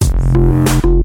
the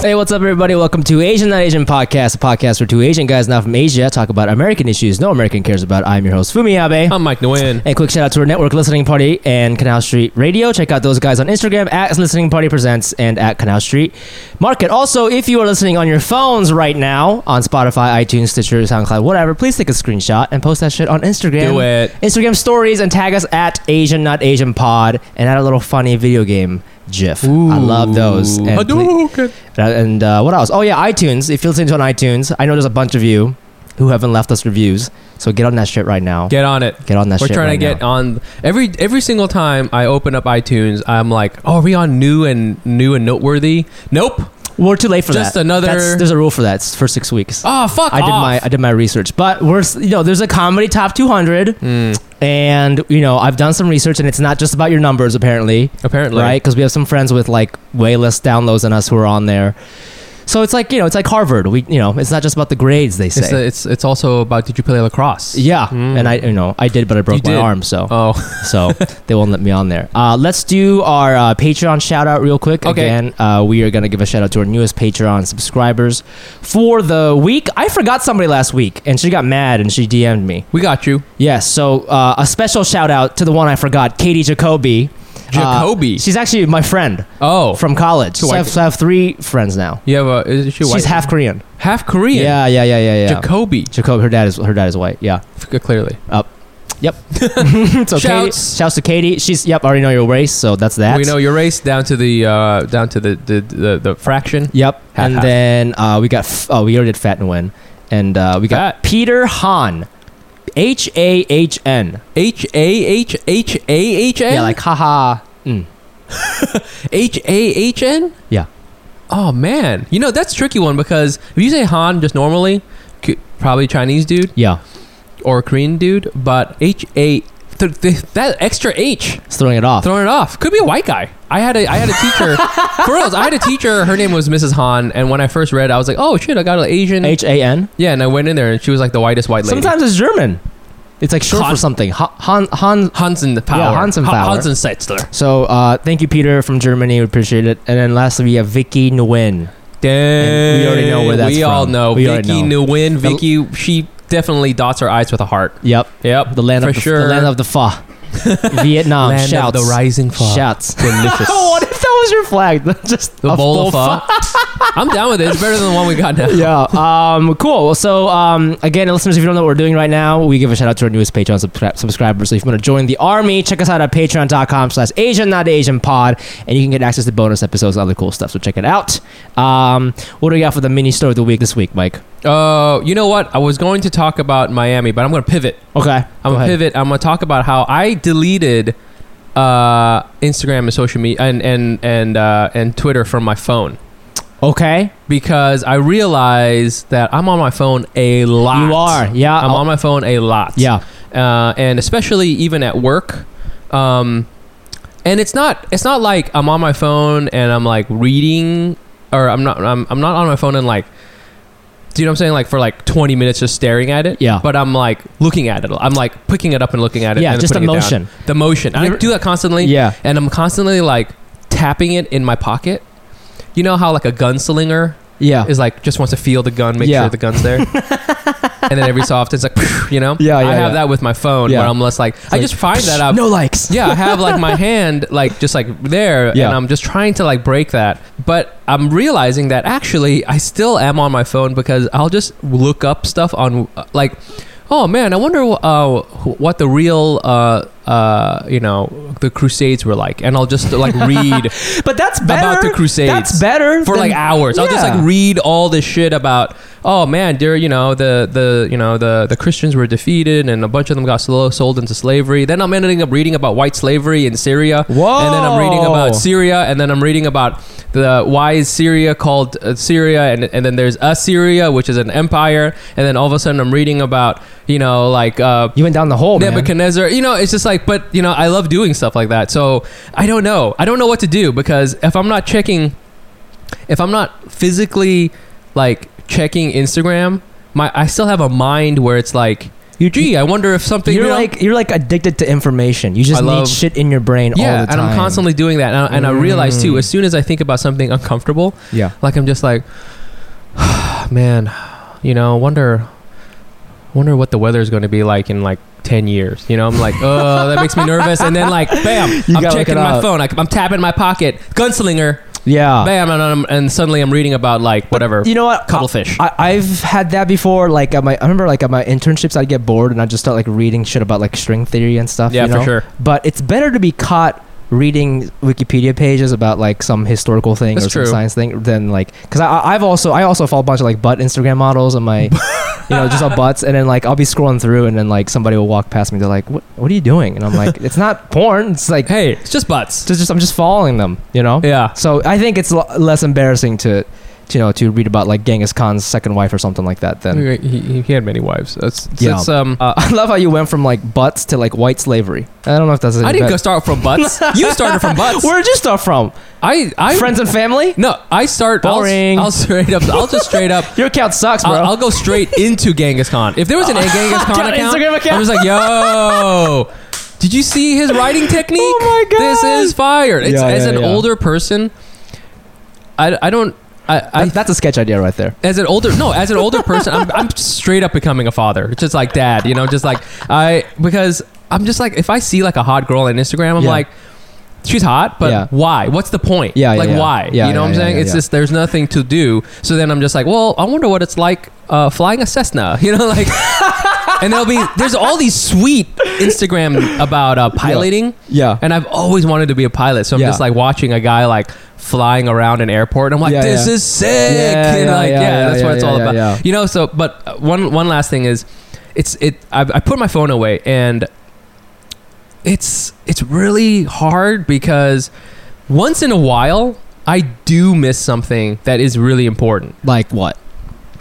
Hey, what's up, everybody? Welcome to Asian Not Asian Podcast, a podcast where two Asian guys not from Asia talk about American issues no American cares about. I'm your host, Fumi Abe. I'm Mike Nguyen. and quick shout out to our network listening party and Canal Street Radio. Check out those guys on Instagram at Listening Party Presents and at Canal Street Market. Also, if you are listening on your phones right now on Spotify, iTunes, Stitcher, SoundCloud, whatever, please take a screenshot and post that shit on Instagram. Do it. Instagram stories and tag us at Asian Not Asian Pod and add a little funny video game GIF. I love those. And please- Hadouken. uh, And uh, what else? Oh yeah, iTunes. If you're listening to it on iTunes, I know there's a bunch of you who haven't left us reviews. So get on that shit right now. Get, Get on it. on that We're shit. trying right to get now. on every every single time I open up iTunes, I'm like, oh, are we on new and new and noteworthy? Nope. We're too late for Just that. another- That's, there's a rule for that. It's for six weeks. Oh fuck. I did off. my I did my research, but we're s- you know there's a comedy top 200, Mm, and you know I've done some research, and it's not just about your numbers apparently. apparently. right? Because we have some friends with like way less downloads than us who are on there. So it's like you know, it's like Harvard. We you know, it's not just about the grades they It's, say. it's it's also about did you play lacrosse? yeah, Mm. and I you know I did, but I broke my did. arm. So Oh, so they won't let me on there. Uh, let's do our uh, Patreon shout out real quick. Okay. Again, uh, we are going to give a shout out to our newest Patreon subscribers for the week. I forgot somebody last week and she got mad and she DM'd me. we got you, Yes, so uh, a special shout out to the one I forgot, Katie Jacoby. Uh, Jacoby. she's actually my friend oh, from college. So So I I- have, so I have three friends now. you have a is she She's white? half Korean. half Korean. Yeah, yeah, yeah, yeah, yeah. Jacoby. Jacob, her dad is her dad is white. Yeah. F- uh, Clearly, So Shouts. Katie, shouts to Katie. She's yep. I already know your race, so that's that. we know your race down to the uh, down to the the, the, the fraction. Yep. Half, and half. then uh, we got f- oh we already did Fat and Win, and uh, we got Peter Hahn, H A H N. H A H H A H N. Yeah, like haha. Mm. H A H N? Yeah. Oh man, you know that's a tricky one because if you say Han just normally, c- probably Chinese dude Yeah, or Korean dude, but H A th- th- that extra H it's throwing it off. throwing it off could be a white guy. I had a I had a teacher for reals. I had a teacher. Her name was Mrs. Han, and when I first read, I was like, oh shit, I got an Asian. H A N. yeah, and I went in there, and she was like the whitest white lady. Sometimes it's German. It's like short Han- for something. Ha- Han Han. Hansen Power. Hansen Ha- Power. Hansen Setzler. So uh, thank you, Peter from Germany. We appreciate it. And then lastly, we have Vicky Nguyen. Dang. we already know where that's We all from. know. We already Vicky know. Nguyen. Vicky, she definitely dots her eyes with a heart. Yep, Yep. the land for of the, sure. the land of the Fa. Vietnam. Land shouts. of the rising fog. Shouts. Delicious. what if that was your flag? Just the a bowl full of pho. I'm down with it. It's better than the one we got now. yeah. Um, cool. Well, So, um, again, listeners, if you don't know what we're doing right now, we give a shout out to our newest Patreon subscri- subscribers. So, if you want to join the army, check us out at patreon.com slash Asian Not Asian Pod, and you can get access to bonus episodes and other cool stuff. So, check it out. Um, what do we got for the mini story of the week this week, Mike? Uh, you know what? I was going to talk about Miami, but I'm going to pivot. Okay. I'm Go going ahead. to pivot. I'm going to talk about how I deleted uh, Instagram and social media and and and uh, and Twitter from my phone Okay. because I realized that I'm on my phone a lot. You are. Yeah. uh, I'm on my phone a lot. yeah. uh, and especially even at work. Um, and it's not it's not like I'm on my phone and I'm like reading or I'm not I'm, I'm not on my phone and like do you know what I'm saying like for like 20 minutes just staring at it. Yeah. But I'm like looking at it. I'm like picking it up and looking at it. yeah. and Just putting it down. emotion. The motion. And I You're- do that constantly. Yeah. And I'm constantly like tapping it in my pocket. You know how like a gunslinger Yeah. is like just wants to feel the gun, make Yeah. sure the gun's there. and then every so often it's like, you know, Yeah, yeah, I have yeah. that with my phone Yeah. where I'm less like, I like, just find that out. No likes. Yeah, I have like my hand like just like there, Yeah. and I'm just trying to like break that. But I'm realizing that actually I still am on my phone because I'll just look up stuff on uh, like, oh man, I wonder uh, wh- what the real uh, uh, you know the Crusades were like, and I'll just like read But that's better. About the Crusades. That's better for than- like hours. I'll just Yeah. like read all this shit about oh man, there you know the the you know the the Christians were defeated and a bunch of them got slo- sold into slavery. Then I'm ending up reading about white slavery in Syria. Whoa. And then I'm reading about Syria, and then I'm reading about the why is Syria called uh, Syria, and and then there's Assyria, which is an empire, and then all of a sudden I'm reading about you know like. Uh, You went down the hole, Oh, man. Nebuchadnezzar. You know, it's just like, but you know, I love doing stuff like that. So I don't know. I don't know what to do because if I'm not checking, if I'm not physically like checking Instagram, my I still have a mind where it's like, you gee, I wonder if something. You're you know- like you're like addicted to information. You just I need love- shit in your brain all yeah, the time. and I'm constantly doing that, and I, and I realize too, as soon as I think about something uncomfortable, yeah. like I'm just like, man, you know, wonder, wonder what the weather is going to be like in like. 10 years you know i'm like oh that makes me nervous and then like bam You i'm gotta look checking it my up. Ah. phone I, i'm tapping my pocket gunslinger Yeah. bam and, I'm- and suddenly i'm reading about like whatever You know what? cuttlefish I, I've had that before. Like at my, I remember like at my internships, I'd get bored and I'd just start like reading shit about like string theory and stuff. ah, yeah you know? for sure But it's better to be caught reading Wikipedia pages about like some historical thing That's or true. some science thing than like because I, I've also I also follow a bunch of like butt Instagram models and my you know just all butts and then like I'll be scrolling through and then like somebody will walk past me. They're like, "What? What are you doing?" And I'm like, "It's not porn. It's like hey it's just butts it's just I'm just following them." You know. yeah So I think it's l- less embarrassing to, to, you know, to read about like Genghis Khan's second wife or something like that. Then he, he- he had many wives that's it's, Yeah. it's, um uh, I love how you went from like butts to like white slavery. I don't know if that's. i didn't go start from butts you started from butts Where did you start from? i i Friends and family. no i start I'll- Boring. I'll straight up i'll just straight up Your account sucks, bro. I'll, I'll go straight into Genghis Khan. If there was an Genghis Khan Got an account, Instagram account. I'm just like, yo, did you see his writing technique? Oh my This God. is fire. It's, Yeah, as yeah, an yeah. older person, I, I don't. I, I That- that's a sketch idea right there. as an older no as an older person I'm, I'm straight up becoming a father It's just like dad you know just like i because i'm just like if i see like a hot girl on instagram i'm Yeah. like she's hot but Yeah. why what's the point Yeah, yeah, like yeah. why Yeah, you yeah, know what i'm yeah, saying yeah, it's yeah. just there's nothing to do so then i'm just like well i wonder what it's like uh, flying a cessna you know like and there'll be there's all these sweet instagram about uh, piloting Yeah. and I've always wanted to be a pilot, so I'm Yeah. just like watching a guy like flying around an airport. And I'm like, Yeah, this yeah. is sick. Yeah, and yeah, like, yeah, yeah, yeah, that's what yeah, it's all yeah, about. yeah. You know. So, but uh, one one last thing is, it's it. I, I put my phone away, and it's it's really hard because once in a while I do miss something that is really important, Like what?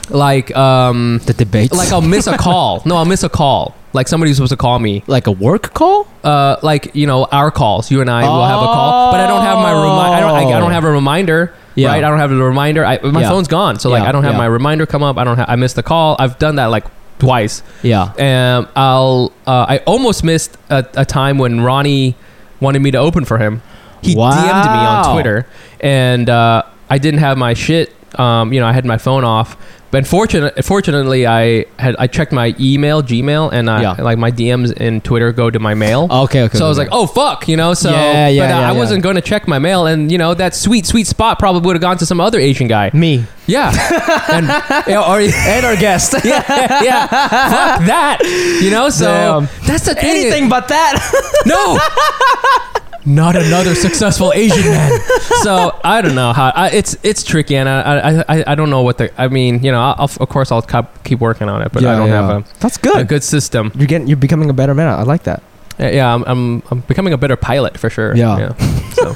like um, The debates. like I'll miss a call. No, I'll miss a call. Like somebody's supposed to call me, like a work call? uh, like you know our calls. You and I will have a call, but I don't have my remi- I don't I, I don't have a reminder. Yeah. Right, I don't have a reminder. I, my Yeah. phone's gone, so like Yeah, I don't have yeah. my reminder come up. I don't. Ha- I missed the call. I've done that like twice. Yeah. Um, I'll. Uh, I almost missed a, a time when Ronnie wanted me to open for him. He Wow. DM'd me on Twitter, and uh, I didn't have my shit. Um, you know, I had my phone off. But fortunate, fortunately, I had I checked my email, Gmail, and I, Yeah. like my DMs in Twitter go to my mail. Okay. Okay. So I was okay. like, oh fuck, you know. So, Yeah, yeah, but I- yeah, I yeah. wasn't going to check my mail, and you know that sweet, sweet spot probably would have gone to some other Asian guy. me Yeah, and yeah, or, yeah, and our guest. yeah, fuck that, you know. So Damn. that's the thing. Anything but that. No, not another successful Asian man. So I don't know how I, it's it's tricky, and I, I I I don't know what the I mean. You know, I'll, of course I'll keep keep working on it, but I don't have That's a, a good. good system. You're getting. You're becoming a better man. I like that. Uh, Yeah, I'm, I'm I'm becoming a better pilot for sure. Yeah. So.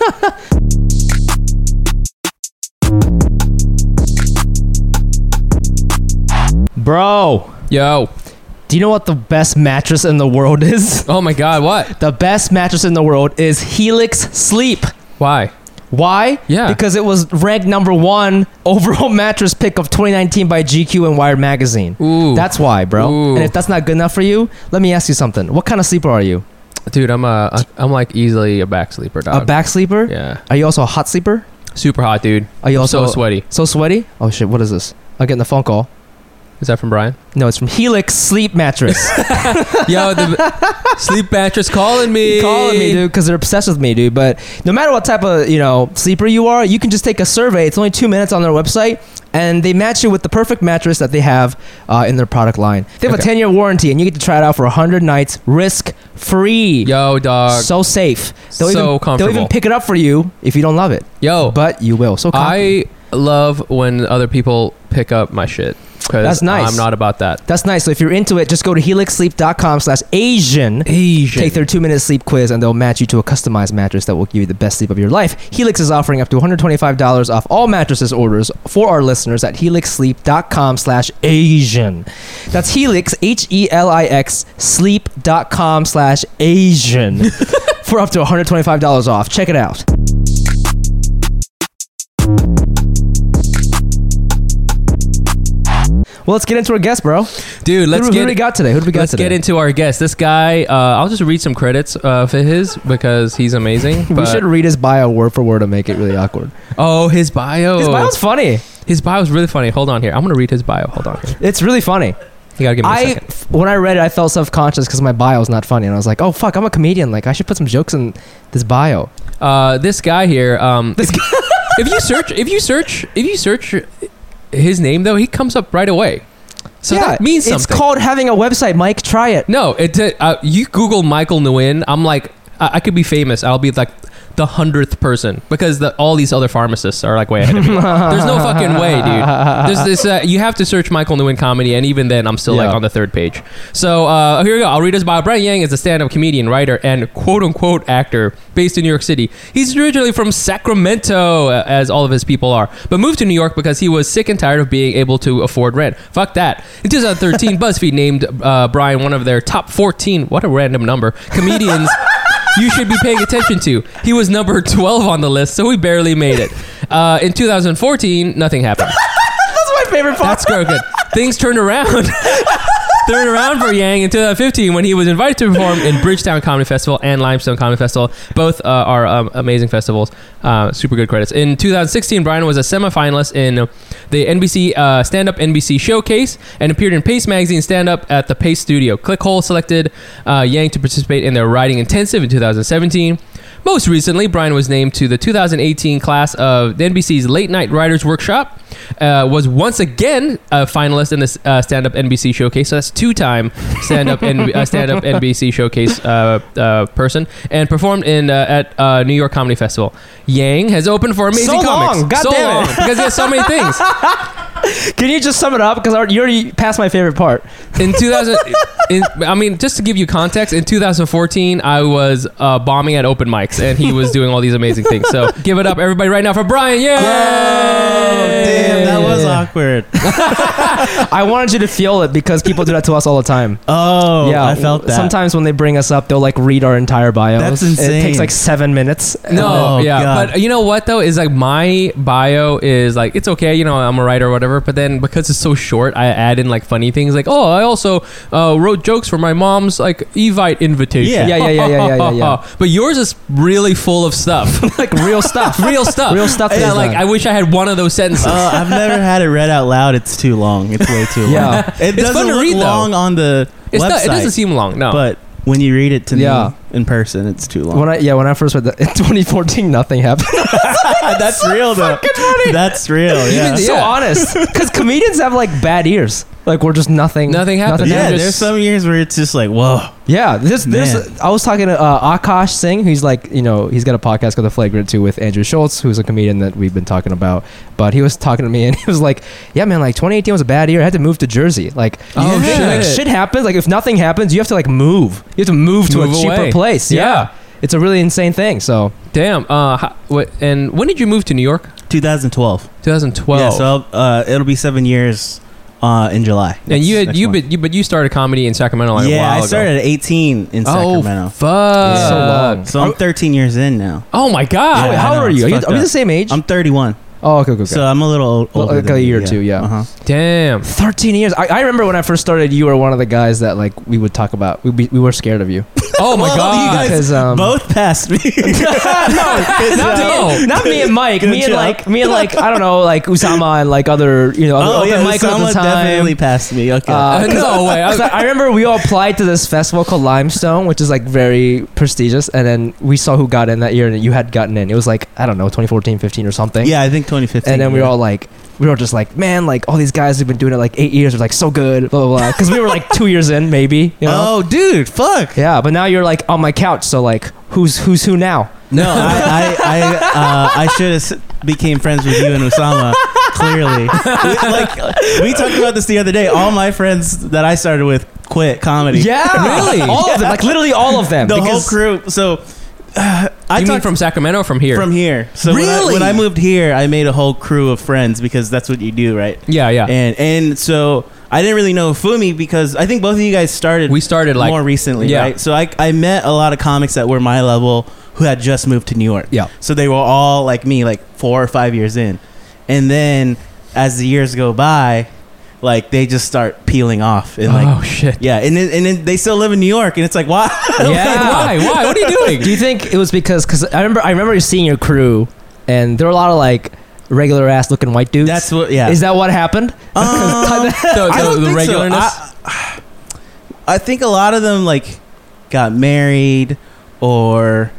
Bro, Yo. do you know what the best mattress in the world is? Oh my God. What? The best mattress in the world is Helix Sleep. Why? Why? Yeah. Because it was ranked number one overall mattress pick of 2019 by GQ and Wired Magazine. Ooh. That's why, bro. Ooh. And if that's not good enough for you, let me ask you something. What kind of sleeper are you? dude. I'm a. I'm like easily a back sleeper dog. A back sleeper? Uh, Yeah. Are you also a hot sleeper? Super hot, dude. Are you also so sweaty. so sweaty? Oh shit! What is this? I'm getting a phone call. Is that from Brian? No, it's from Helix Sleep Mattress. Yo, the sleep mattress calling me. calling me, dude, because they're obsessed with me, dude. But no matter what type of you know sleeper you are, you can just take a survey. It's only two minutes on their website, and they match you with the perfect mattress that they have uh, in their product line. They have a Okay. ten year warranty, and you get to try it out for hundred nights, risk free. Yo, dog. So safe. So comfortable. They'll even pick it up for you if you don't love it, Yo, but you will. So cocky. I love when other people pick up my shit. 'cause That's nice. I'm not about that. That's nice. So if you're into it, just go to helixsleep.com slash Asian. Asian. Take their two minute sleep quiz and they'll match you to a customized mattress that will give you the best sleep of your life. Helix is offering up to $125 off all mattresses orders for our listeners at helixsleep.com slash Asian. That's Helix, H E L I X, sleep.com slash Asian for up to $125 off. Check it out. Well, let's get into our guest, bro. Dude, let's who, get who do we got today? Who do we got Let's today? get into our guest. This guy, uh, I'll just read some credits uh, for his because he's amazing. we but- should read his bio word for word to make it really awkward. Oh, his bio. His bio's funny. His bio's really funny. Hold on here. I'm gonna read his bio. Hold on here. It's really funny. You gotta give me a I second. f- when I read it, I felt self conscious because my bio's not funny, and I was like, "Oh fuck, I'm a comedian. Like I should put some jokes in this bio." Uh, this guy here. Um, this guy. if you search, if you search, if you search his name though, he comes up right away. So that means something. it's called having a website. Mike, try it. no, it. Uh, you Google Michael Nguyen. I'm like, I, I could be famous. I'll be like the hundredth person because the, all these other pharmacists are like way ahead of me. There's no fucking way, dude. There's this. Uh, you have to search Michael Nguyen comedy, and even then, I'm still Yeah. like on the third page. So uh, here we go. I'll read his bio. Brian Yang is a stand-up comedian, writer, and quote-unquote actor based in New York City. He's originally from Sacramento, uh, as all of his people are, but moved to New York because he was sick and tired of being able to afford rent. Fuck that. In 2013, BuzzFeed named uh, Brian one of their top 14. What a random number. Comedians. you should be paying attention to. He was number 12 on the list, so we barely made it. Uh, in 2014, nothing happened. That's my favorite part. That's so good. Things turned around. Turned around for Yang in 2015 when he was invited to perform in Bridgetown Comedy Festival and Limestone Comedy Festival. Both uh, are um, amazing festivals. Uh, super good credits. In 2016, Brian was a semifinalist in the NBC uh, Stand Up NBC Showcase and appeared in Pace Magazine Stand Up at the Pace Studio. Clickhole selected uh, Yang to participate in their Writing Intensive in 2017. Most recently, Brian was named to the 2018 class of the NBC's Late Night Writers Workshop. Uh, was once again a finalist in this uh, stand-up NBC showcase. So that's two-time stand-up N- uh, stand-up NBC showcase uh, uh, person, and performed in uh, at uh, New York Comedy Festival. Yang has opened for amazing So comics. long, God so damn it. long, because he has so many things. Can you just sum it up? Because you already passed my favorite part. in 2000 in, i mean just to give you context in 2014 i was uh, bombing at open mics and he was doing all these amazing things so give it up everybody right now for brian yeah Damn, that was awkward. I wanted you to feel it because people do that to us all the time. Oh, yeah, I felt w- that. Sometimes when they bring us up, they'll like read our entire bio. That's It takes insane. like seven minutes. no Oh, yeah God. but you know what though is like my bio is like it's okay you know i'm a writer or whatever but then because it's so short i add in like funny things like oh i also uh, wrote jokes for my mom's like evite invitation Yeah. Yeah, yeah, yeah, yeah, yeah, yeah, yeah. but yours is really full of stuff like real stuff. real stuff Real stuff that yeah is like uh, done. i wish i had one of those sentences Oh, I've never had it read out loud. It's too long. It's way too long. Yeah. It's fun it doesn't to look read, though. long on the It's website, not, it doesn't seem long, no. but when you read it to Yeah. me in person, it's too long. When I yeah, when I first read that in 2014, nothing happened. That's real though. That's real. Yeah. Even- so Yeah. honest, because comedians have like bad ears. Like we're just nothing. Nothing happened. nothing yeah, happened. just- there's some years where it's just like, whoa. Yeah, this this Man. I was talking to uh, Akash Singh, who's like you know he's got a podcast called The Flagrant Two with Andrew Schultz, who's a comedian that we've been talking about. But he was talking to me and he was like, "Yeah, man, like 2018 was a bad year. I had to move to Jersey. Like, Oh, shit. like shit. shit happens. Like if nothing happens, you have to like move. You have to move to a Move cheaper away. place. Yeah. Yeah. it's a really insane thing. So Damn. Uh, ho- what, and when did you move to New York? 2012. 2012. Yeah, so I'll, uh, it'll be seven years uh, in July. and you had Next you month. but you but you started comedy in Sacramento like a yeah, while I ago. started at 18 in Oh Sacramento. fuck! Yeah. so long. So I'm 13 years in now. Oh my god! Wait, Yeah, I how old know, are you? Are, it's you? fucked are we the up. same age? I'm 31, oh, okay, okay, okay. so I'm a little old, Well, older like a than you, year or two, yeah. Uh-huh. Damn. 13 years. I, I remember when I first started, you were one of the guys that like we would talk about. We, we, we were scared of you. Oh my Well, you god! guys- Because um, Both passed me. uh, not, No. Uh, me, not me and Mike. Good me and job. like me and like I don't know, like Usama and like other you know other oh open yeah, mic at the someone time. definitely passed me. Okay. Uh, Uh, no way! I, 'Cause I I remember we all applied to this festival called Limestone, which is like very prestigious. And then we saw who got in that year, and you had gotten in. It was like I don't know, 2014, 15, or something. yeah, I think 2015. And then we were yeah. all like, we were just like, man, like all these guys who've been doing it like eight years are like so good, blah blah blah. Because we were like two years in, maybe. You know? Oh, dude, fuck. Yeah, but now you're like on my couch, so like, who's who's who now? No, I I I, uh, I should have became friends with you and Osama Clearly, we, like we talked about this the other day. All my friends that I started with quit comedy. Yeah, Really? all of them, like literally all of them. the whole because- crew. So uh, you I mean talked from Sacramento or from here? from here. So when I- Really? when I, moved here, I made a whole crew of friends because that's what you do, right? yeah, yeah. And and so I didn't really know Fumi because I think both of you guys started we started like more recently, Yeah. right? So I I met a lot of comics that were my level who had just moved to New York. Yeah. So they were all like me, like four or five years in, and then as the years go by, like they just start peeling off and like. oh shit. Yeah, and then, and then they still live in New York, and it's like, why? Yeah. Why? Why? What are you doing? Do you think it was because? Because I remember, I remember seeing your crew, and there were a lot of like regular ass looking white dudes. That's what. Yeah, Is that what happened? Um, The, I the- don't the think so. regularness? I- I think a lot of them like got married, or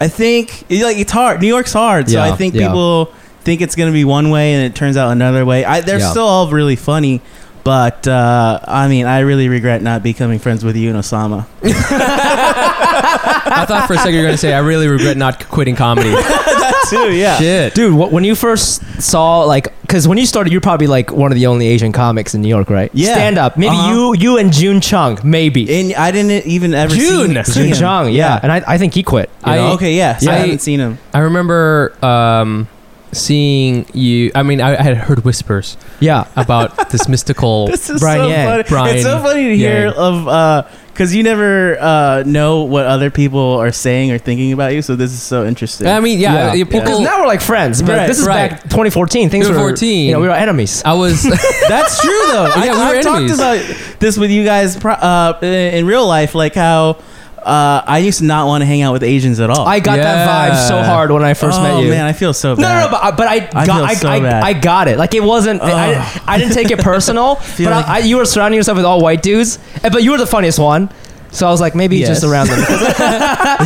I think it- like it's hard. New York's hard, so Yeah, I think yeah. people think it's gonna be one way, and it turns out another way. I, they're Yeah. still all really funny. But uh, I mean, I really regret not becoming friends with you and Osama. I thought for a second you were going to say, I really regret not quitting comedy. that too, yeah. Shit. Dude, wh- when you first saw like, because when you started, you're probably like one of the only Asian comics in New York, right? Yeah. Stand up. Maybe Uh-huh. you, you and June Chung, maybe. And I didn't even ever June. see, see June him. Chung, yeah. And I, I think he quit. you I- know? okay, yeah. So I Yeah. haven't seen him. I remember um, seeing you. I mean, I, I had heard whispers Yeah. about this mystical. This is Brian so Yang. funny. Brian it's so funny to hear Yang. of because you never uh, know what other people are saying or thinking about you. So this is so interesting. Um, I mean, yeah, Yeah. uh, people. Because now we're like friends, but Oh. Right, this is right. back 2014. Things were, 2014. you know, we were enemies. I was. That's true though. I, Yeah, we were I've talked enemies. about this with you guys pro- uh, in real life, like how uh, I used to not want to hang out with Asians at all. I got that Yeah. vibe so hard when I first oh, met you. man, I feel so bad. No, no, no, but, I- but I, I got, feel I, so I, bad. I got it. Like it wasn't. I, Ugh. didn't, I didn't take it personal. but like- I, I, you were surrounding yourself with all white dudes, and, but you were the funniest one. So I was like, maybe Yes. just around them. this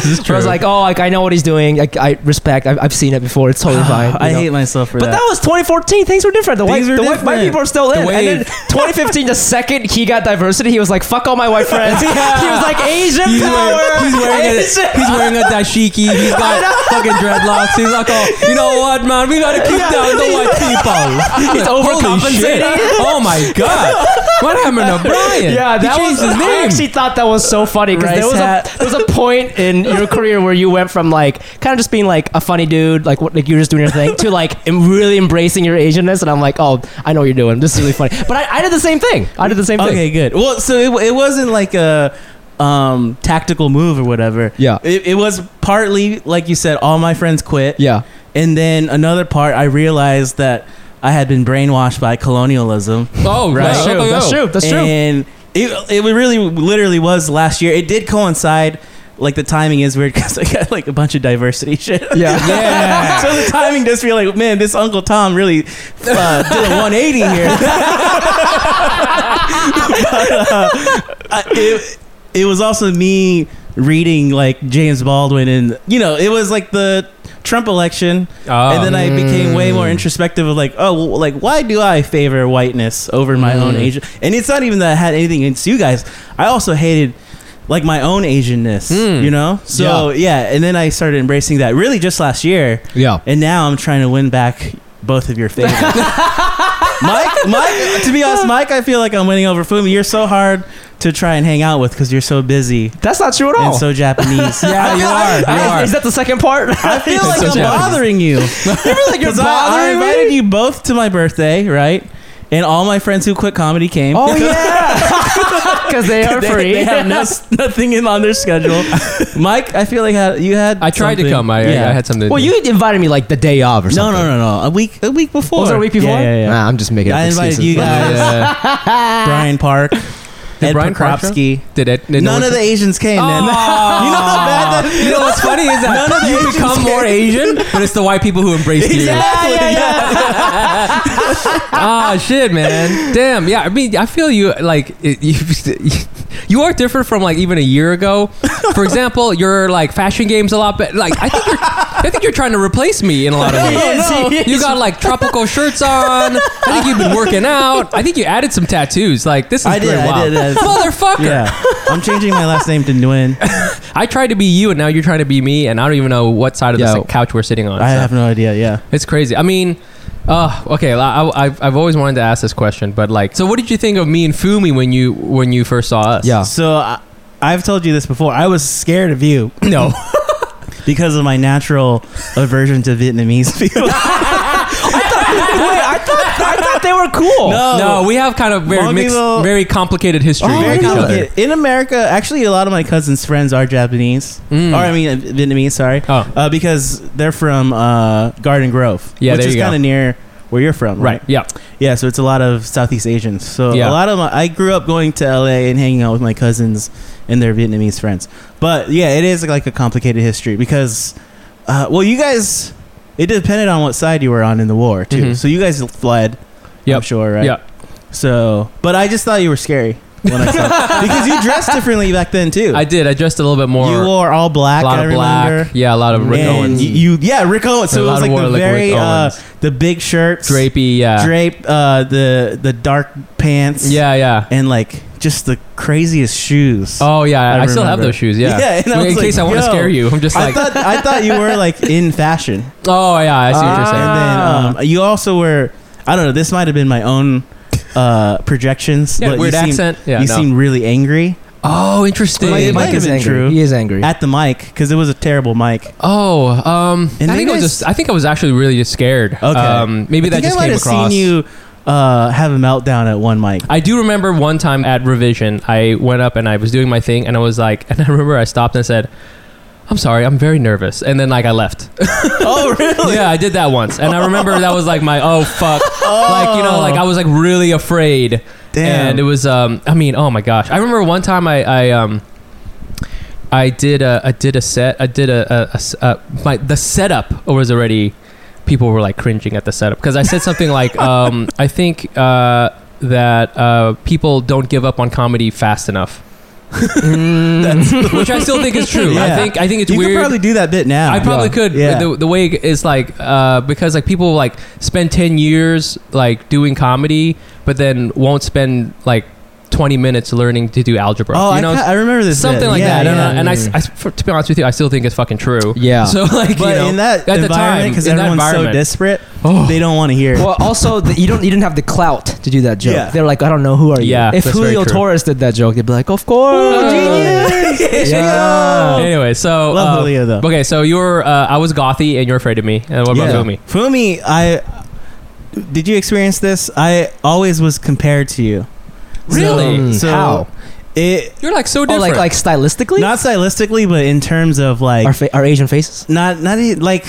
is I was like, oh, like I know what he's doing. Like I respect. I've, I've seen it before. It's totally fine. I you know? hate myself for But that was 2014. Things were different. The white, the Things were white, white people are different. still in. And then wave. 2015, the second he got diversity, he was like, "Fuck all my white friends." He was like, "Asian He's power." wearing, he's wearing a, Asian- he's wearing a dashiki. He's got fucking dreadlocks. He's like, oh, you know what, man? We gotta keep down the white people. He's Holy shit. overcompensating. Oh my god! What happened to Brian? Yeah, that he was. changed his I name. actually thought that was so funny because there Rice was hat. a there was a point in your career where you went from like kind of just being like a funny dude, like what, like you're just doing your thing, to like em- really embracing your Asianness. And I'm like, oh, I know what you're doing. This is really funny. But I, I did the same thing. I did the same thing. Okay, good. Well, so it, it wasn't like a um, tactical move or whatever. Yeah. It, it was partly, like you said, all my friends quit. Yeah. And then another part, I realized that I had been brainwashed by colonialism. oh, right. That's true. Oh, That's oh. true. That's true. and it, it really literally was last year. It did coincide. Like the timing is weird because I got like a bunch of diversity shit. Yeah. Yeah. so the timing does feel like, man, this Uncle Tom really uh, did a 180 here. But, uh, I- it, it was also me reading like James Baldwin, and you know, it was like the Trump election, Oh. and then I became way more introspective of like, oh, well, like why do I favor whiteness over my own Asian? And it's not even that I had anything against you guys. I also hated. Like my own Asianness, you know. So yeah, and then I started embracing that really just last year. Yeah. And now I'm trying to win back both of your favors. Mike, Mike, to be honest, Mike, I feel like I'm winning over Fumi. You're so hard to try and hang out with because you're so busy That's not true at all. and so Japanese. Yeah, you are. You I- are. Is that the second part? I feel like so I'm Japanese. bothering you. like you're 'Cause I, I bothering me? invited you both to my birthday, right? And all my friends who quit comedy came. Oh yeah, because they are They, free. they have no, nothing in on their schedule. Mike, I feel like I- you had. I tried to something. come. I, I had something. to well, do. you invited me like the day of or No, something. no, no, no. A week, a week before. Was it a week before? Yeah, yeah, yeah. Nah, I'm just making. Up I invited excuses. you guys. Yeah. Brian Park, Ed Brian Park show? Prokopsky. did it? Did no None one- of the Asians came, man. Oh. You know how bad that. You know what's funny is None of that the you Asians become get more it. Asian, but it's the white people who embrace you. Exactly. Yeah, Ah, shit, man. Damn. Yeah, I mean, I feel you. Like it, you, you are different from like even a year ago. For example, your like fashion games a lot better. Like I think you're, I think you're trying to replace me in a lot of ways. No, no. You got like tropical shirts on. I think you've been working out. I think you added some tattoos. Like this is I did, great. I wow. did, I did. Motherfucker. Yeah. I'm changing my last name to Nguyen. I tried to be you, and now you're trying to be me, and I don't even know what side of Yo. the couch we're sitting on. I so. have no idea. Yeah. It's crazy. I mean, Oh, okay. I, I, I've- I've always wanted to ask this question, but like, so what did you think of me and Fumi when you when you first saw us? Yeah. So I, I've told you this before. I was scared of you No. because of my natural aversion to Vietnamese people. I thought I thought they were cool. no, we have kind of very Long mixed, ago- very complicated history Very with each other. complicated. In America, actually, a lot of my cousins' friends are Japanese, Mm. or I mean uh, Vietnamese. Sorry, Oh. uh, because they're from uh, Garden Grove, Yeah, which there is you go. kind of near where you're from, Right. Yeah. Yeah, so it's a lot of Southeast Asians. So Yeah. a lot of my, I grew up going to LA and hanging out with my cousins and their Vietnamese friends. But yeah, it is like a complicated history because, uh, well, you guys, it depended on what side you were on in the war too. Mhm. So you guys fled. I'm Yep. sure, right? Yeah. So, but I just thought you were scary when I saw because you dressed differently back then too. I did. I dressed a little bit more. you wore all black. a lot I of remember. black. Yeah, a lot of Rick and Owens. You, you- yeah, Rick Owens. So A it lot was of like war the like very Rick uh, Owens. the big shirts, Drapey. Yeah. drape, uh, the the dark pants, Yeah. Yeah. and like just the craziest shoes. Oh yeah. I, I still have remember. those shoes. Yeah. Yeah, and I Well, was in like, case I want to yo, scare you, I'm just I like, thought I thought you were like in fashion. oh yeah, I see what you're saying. Ah. Ah. And then um, you also were. I don't know. This might have been my own uh, projections. Yeah, but weird you seem- accent. yeah. you no. seem really angry Oh, interesting. Like, it might Mike have is been angry. true. He is angry. at the mic because it was a terrible mic. Oh, um, And I think you I was guys- just, I think I was actually really just scared. Okay. Um, maybe I that think just I might came have across. seen you uh, have a meltdown at one mic. I do remember one time at revision, I went up and I was doing my thing, and I was like, and I remember I stopped and said, "I'm sorry, I'm very nervous," and then like I left. oh really? yeah, I did that once, and I remember that was like my oh fuck, like you know, like I was like really afraid, Damn. and it was um, I mean, oh my gosh, I remember one time I I um. I did a I did a set I did a, a- a s- uh, my the setup was already people were like cringing at the setup because I said something like um, I think uh, that uh, people don't give up on comedy fast enough, which I still think is true. I Mm. Yeah. think I think it's you weird. could probably do that bit now. I probably Yeah. could. Yeah. The, the way it's like uh, because like people like spend ten years like doing comedy, but then won't spend like twenty minutes learning to do algebra. Oh, you I, know, ca- I remember this. something bit. like that. Yeah, yeah. And, I, and I, I- for- to be honest with you, I still think it's fucking true. Yeah. So like, But you know, in that at the time, environment, because in that everyone's so environment. desperate, Oh. they don't want to hear. it. Well, also the, you don't you didn't have the clout to do that joke. Yeah. They're like, I don't know who are you. Yeah, if that's very Julio true. Oh, Torres did that joke, they'd be like, of course. Oh, yeah. anyway, so Love um, Julio, though. Okay, so you're uh, I was gothy and you're afraid of me. And what about Fumi? Fumi, I did you experience this? I always was compared to you. Really? So, so How? It You're like so Oh, different. like like stylistically, not stylistically, but in terms of like our fa- our Asian faces. not not e- like.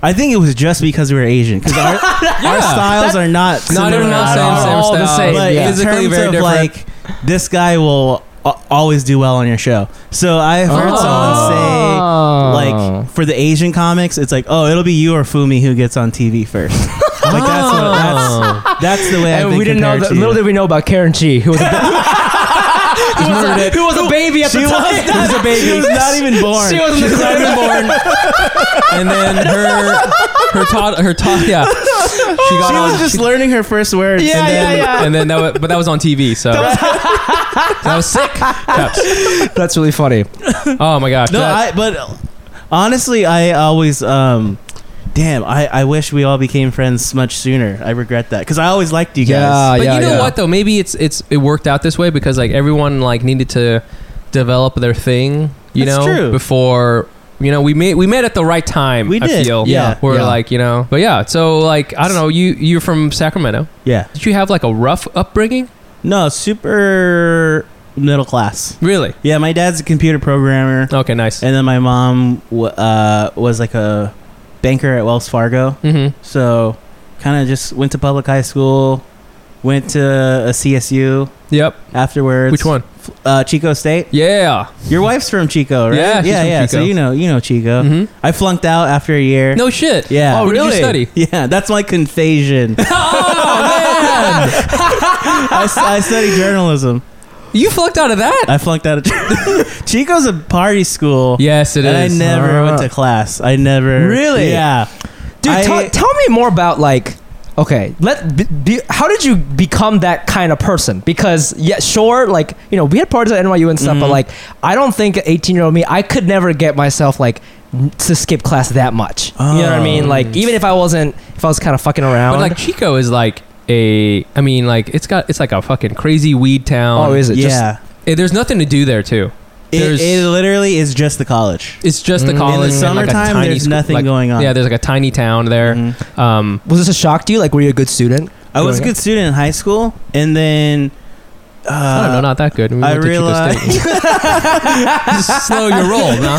I think it was just because we were Asian because our, our styles are not not similar even at same, all. same All the style. same, but yeah. in Physically terms very of different. like this guy will a- always do well on your show. So I Oh. heard someone say Oh. like for the Asian comics, it's like oh it'll be you or Fumi who gets on TV first. like that's what, that's that's the way I've and been we didn't know. compared That, to you. little did we know about Karen Chi, who was a, who was a- who was a baby at She the was time. not- She was not even born. She was in the Not even born. and then her her taught her taught yeah. She got She on, was just learning her first words. Yeah, and then- yeah, and then that was, but that was on TV, so that was sick. Caps. yeah. That's really funny. Oh my gosh. No, that- I, but honestly, I always, um, damn, I, I wish we all became friends much sooner. I regret that because I always liked you Yeah, guys. but you know yeah. what though? Maybe it's it's it worked out this way because like everyone like needed to develop their thing, you That's know, true. before you know we met we met at the right time. We I did. feel. Yeah, we're yeah. like you know, but yeah. So like I don't know. You you're from Sacramento. Yeah. Did you have like a rough upbringing? No, super middle class. Really? Yeah, my dad's a computer programmer, Okay, nice. and then my mom w- uh, was like a banker at Wells Fargo. Mm-hmm. So, kind of just went to public high school, went to a CSU Yep. afterwards. Which one? Uh, Chico State. Yeah. Your wife's from Chico, right? Yeah, she's yeah, from yeah. Chico. So you know, you know Chico. Mm-hmm. I flunked out after a year. No shit. Yeah. Oh, What really? Did you study? Yeah, that's my confession. Oh man, I, s- I studied journalism. you fucked out of that. I flunked out of Chico's a party school. Yes, it and I is. Uh-huh. Ah. never went to class. I never Really? Yeah, Dude, I- tell tell me more about like okay let be, be, how did you become that kind of person because yeah sure like you know we had parties at nyu and stuff Mm-hmm. but like i don't think 18 year old me i could never get myself like n- to skip class that much you Oh. know what i mean like even if i wasn't if i was kind of fucking around But like Chico is like a, I mean, like it's got it's like a fucking crazy weed town. oh is it just yeah. Eh, there's nothing to do there too. It, There's- it literally is just the college. It's just the Mm. college. In the and, like, a summertime, tiny there's school- nothing like- going on. Yeah, there's like a tiny town there. Um, was this a shock to you like were you a good student I was a good student in high school, and then uh, I don't know, not that good. We I went to Chico realized- State. Just slow your roll. No?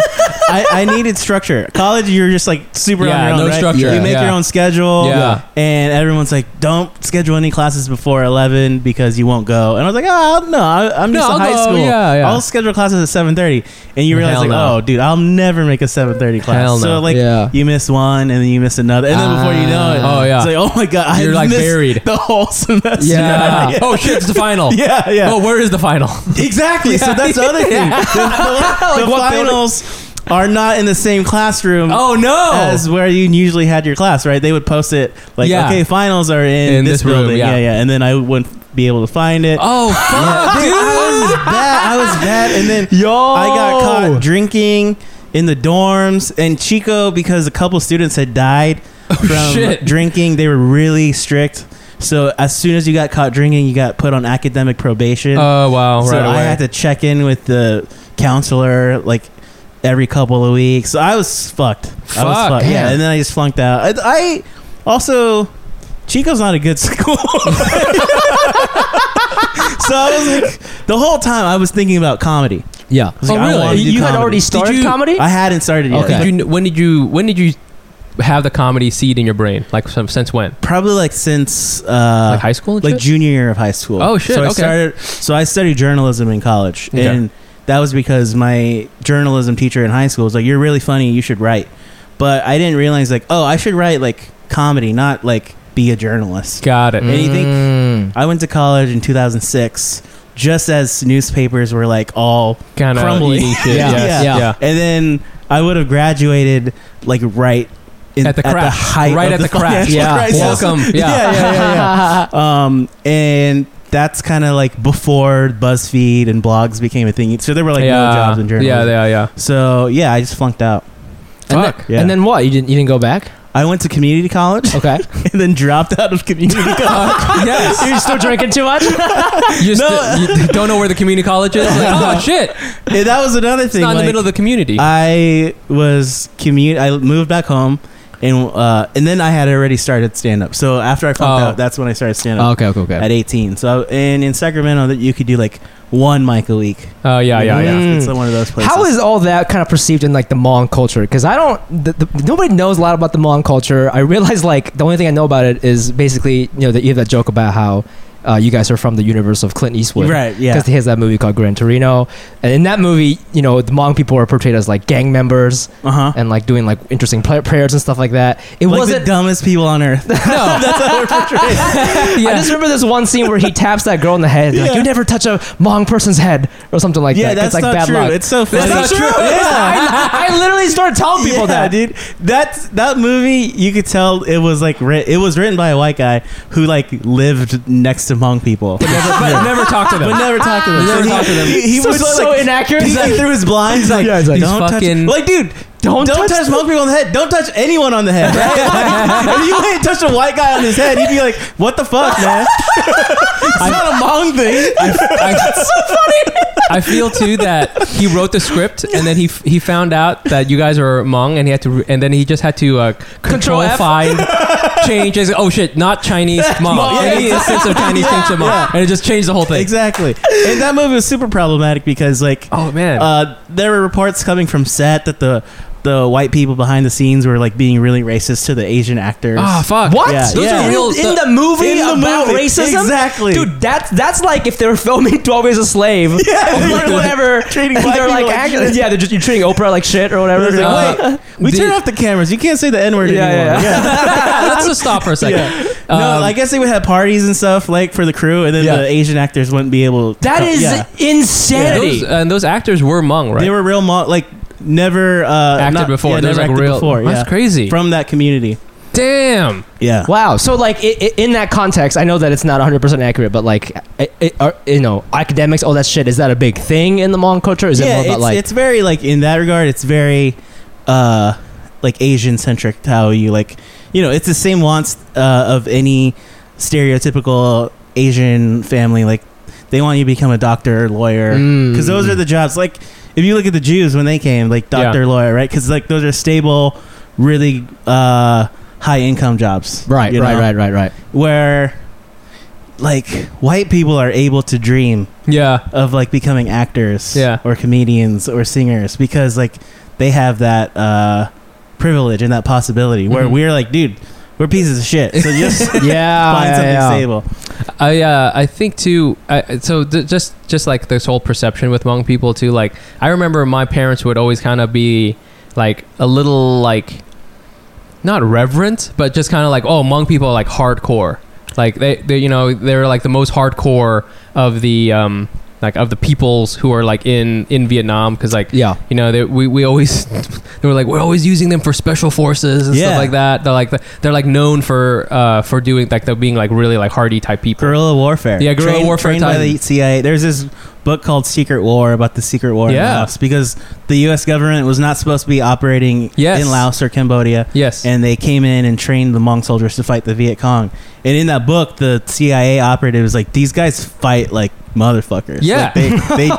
I, I needed structure. College, you're just like super on Yeah, your own, no right? structure. You make Yeah. your own schedule. Yeah. And everyone's like, don't schedule any classes before 11 because you won't go. And I was like, oh, no, I, I'm No, just in I'll high go. school. Yeah, yeah. I'll schedule classes at 7.30. And you realize, Hell like, no. oh, dude, I'll never make a 7.30 class. Hell So, no. like, Yeah. you miss one and then you miss another. And then before you know it, Ah. Oh, yeah. it's like, oh, my God. You're, I like, missed buried. The whole semester. Yeah. yeah. Oh shit, it's the final. Yeah, yeah. Oh, where is the final? Exactly. So that's the other thing. The, the finals are not in the same classroom Oh no. as where you usually had your class, right? They would post it like, Yeah. okay, finals are in, In this, this room, building. yeah. yeah. yeah, And then I wouldn't be able to find it. oh fuck, Dude, dude. I was bad. I was bad. And then I got caught drinking in the dorms. And Chico, because a couple students had died from Oh, shit. drinking, they were really strict. So as soon as you got caught drinking, you got put on academic probation Oh wow, so right away. I had to check in with the counselor like every couple of weeks. So I was fucked. I was Fuck. fucked. Yeah, Damn. and then I just flunked out. I, I also Chico's not a good school. so I was like, the whole time I was thinking about comedy. yeah I was like, Oh, I really? wanna do you had comedy. already started you- comedy I hadn't started yet. Did you, kn- when did you when did you have the comedy seed in your brain? Like some, since when? Probably like since uh, Like high school? And like shit? junior year of high school. Oh, shit, So I okay. started. So I studied journalism in college, Okay. and that was because my journalism teacher in high school was like, "You're really funny. You should write." But I didn't realize like, oh, I should write like comedy, not like be a journalist. Got it. And you think Mm. I went to college in 2006, just as newspapers were like all, Kind of Crumbly. eating shit. Yeah. yes, Yeah. yeah. and then I would have graduated like right. In, At the crash. height Right of at the crash. financial Yeah. crisis. Welcome. Yeah. yeah, yeah, yeah, yeah um, and that's kind of like before BuzzFeed and blogs became a thing. So there were like no jobs in journalism. Yeah, yeah, yeah. So yeah, I just flunked out. and, then, Fuck. Yeah. and then what you didn't you didn't go back I went to community college okay and then dropped out of community college. yes. you're still drinking too much You, just, you don't know where the community college is? Like, oh, shit. It's And that was another thing. not in the like, middle of the community. I was commute. I moved back home. And, uh, and then I had already started stand up. So after I flunked Oh. out, that's when I started stand Oh, up okay, okay, okay. at 18. So and in Sacramento, that you could do like one mic a week. Mm. Oh, yeah, yeah, yeah. It's one of those places. How is all that kind of perceived in like the Hmong culture? Because I don't, the, the, nobody knows a lot about the Hmong culture. I realize like the only thing I know about it is basically you know that you have that joke about how uh, you guys are from the universe of Clint Eastwood, right? Yeah, Because he has that movie called Gran Torino, and in that movie, you know, the Hmong people are portrayed as like gang members uh huh. and like doing like interesting pla- prayers and stuff like that. It Like wasn't. the dumbest people on earth. No, that's how they're portrayed. I just remember this one scene where he taps that girl in the head, like Yeah. you never touch a Hmong person's head or something like yeah, that. that's it's like not bad true. luck. It's so funny. not true. I, I literally started telling people yeah, that. dude. That's that movie. You could tell it was like writ- it was written by a white guy who like lived next to Hmong people, but never, But never talk to them. but never talked to them. Never So he- talked to them. He, he So- was so like, inaccurate. He's like through his blinds, like, Yeah, he's like, don't These fucking- touch, like, dude. Don't, don't touch, Hmong people on the head. Don't touch anyone on the head. right? Like, if you had touched a white guy on his head, he'd be like, "What the fuck, man? it's not a Hmong thing." I, I feel too that he wrote the script and then he f- he found out that you guys are Hmong and he had to re- and then he just had to uh, Control control, F. find change. As, oh shit, not Chinese Hmong. yeah, Any instance of Chinese yeah, Hmong, and it just changed the whole thing. exactly. And that movie was super problematic because, like, Oh man, Uh, there were reports coming from set that the the white people behind the scenes were like being really racist to the Asian actors. ah fuck. What? Yeah, Those yeah. are real. in the movie in the about movie. racism, Exactly. dude. That's that's like if they were filming Twelve Years a Slave Yeah, or whatever. Treating and black they're like, people like actually, shit. yeah, they're just you're treating Oprah like shit or I whatever. was like, Uh, wait, we the- turn off the cameras. You can't say the N word Yeah, anymore. yeah, Let's just stop for a second. No, Um, I guess they would have parties and stuff like for the crew, and then Yeah. the Asian actors wouldn't be able. to that come- is yeah. insanity. those, and those actors were Hmong, right? they were real mo- like never uh, acted not- before. Yeah, Those never like acted real. before. That's yeah. crazy. From that community, Damn. Yeah. Wow. So, like, i i in that context, I know that it's not 100% accurate, but, like, i i are, you know, academics, all that shit, is that a big thing in the Hmong culture? Is it yeah, more about, it's, like, it's very like in that regard, it's very uh like Asian centric to how you like you know, it's the same wants uh, of any stereotypical Asian family. Like they want you to become a doctor, lawyer, mm. because those are the jobs. Like if you look at the Jews when they came, like Yeah. doctor, lawyer, right? Because like those are stable, really uh, high income jobs. right, you right, know? right, right, right. Where like white people are able to dream Yeah. of like becoming actors Yeah. or comedians or singers because like they have that uh privilege and that possibility where Mhm. we're like dude we're pieces of shit so just Yeah. Ah, find yeah, something yeah. stable I uh, I think too. I, so th- just just like this whole perception with Hmong people too. Like I remember my parents would always kind of be like a little like not reverent, but just kind of like oh Hmong people are like hardcore. Like they, they you know they're like the most hardcore of the um like of the peoples who are like in in Vietnam because like Yeah. you know they, we, we always they were like we're always using them for special forces and Yeah. stuff like that they're like they're like known for uh for doing like they're being like really like hardy type people guerrilla warfare Yeah, guerrilla Trained- warfare trained by time. the cia there's this book called secret war about the secret war in Yeah. laos because the us government was not supposed to be operating Yes. in laos or cambodia yes and they came in and trained the Hmong soldiers to fight the Viet Cong. And in that book, the CIA operative was like, "These guys fight like motherfuckers. Yeah. like, they, they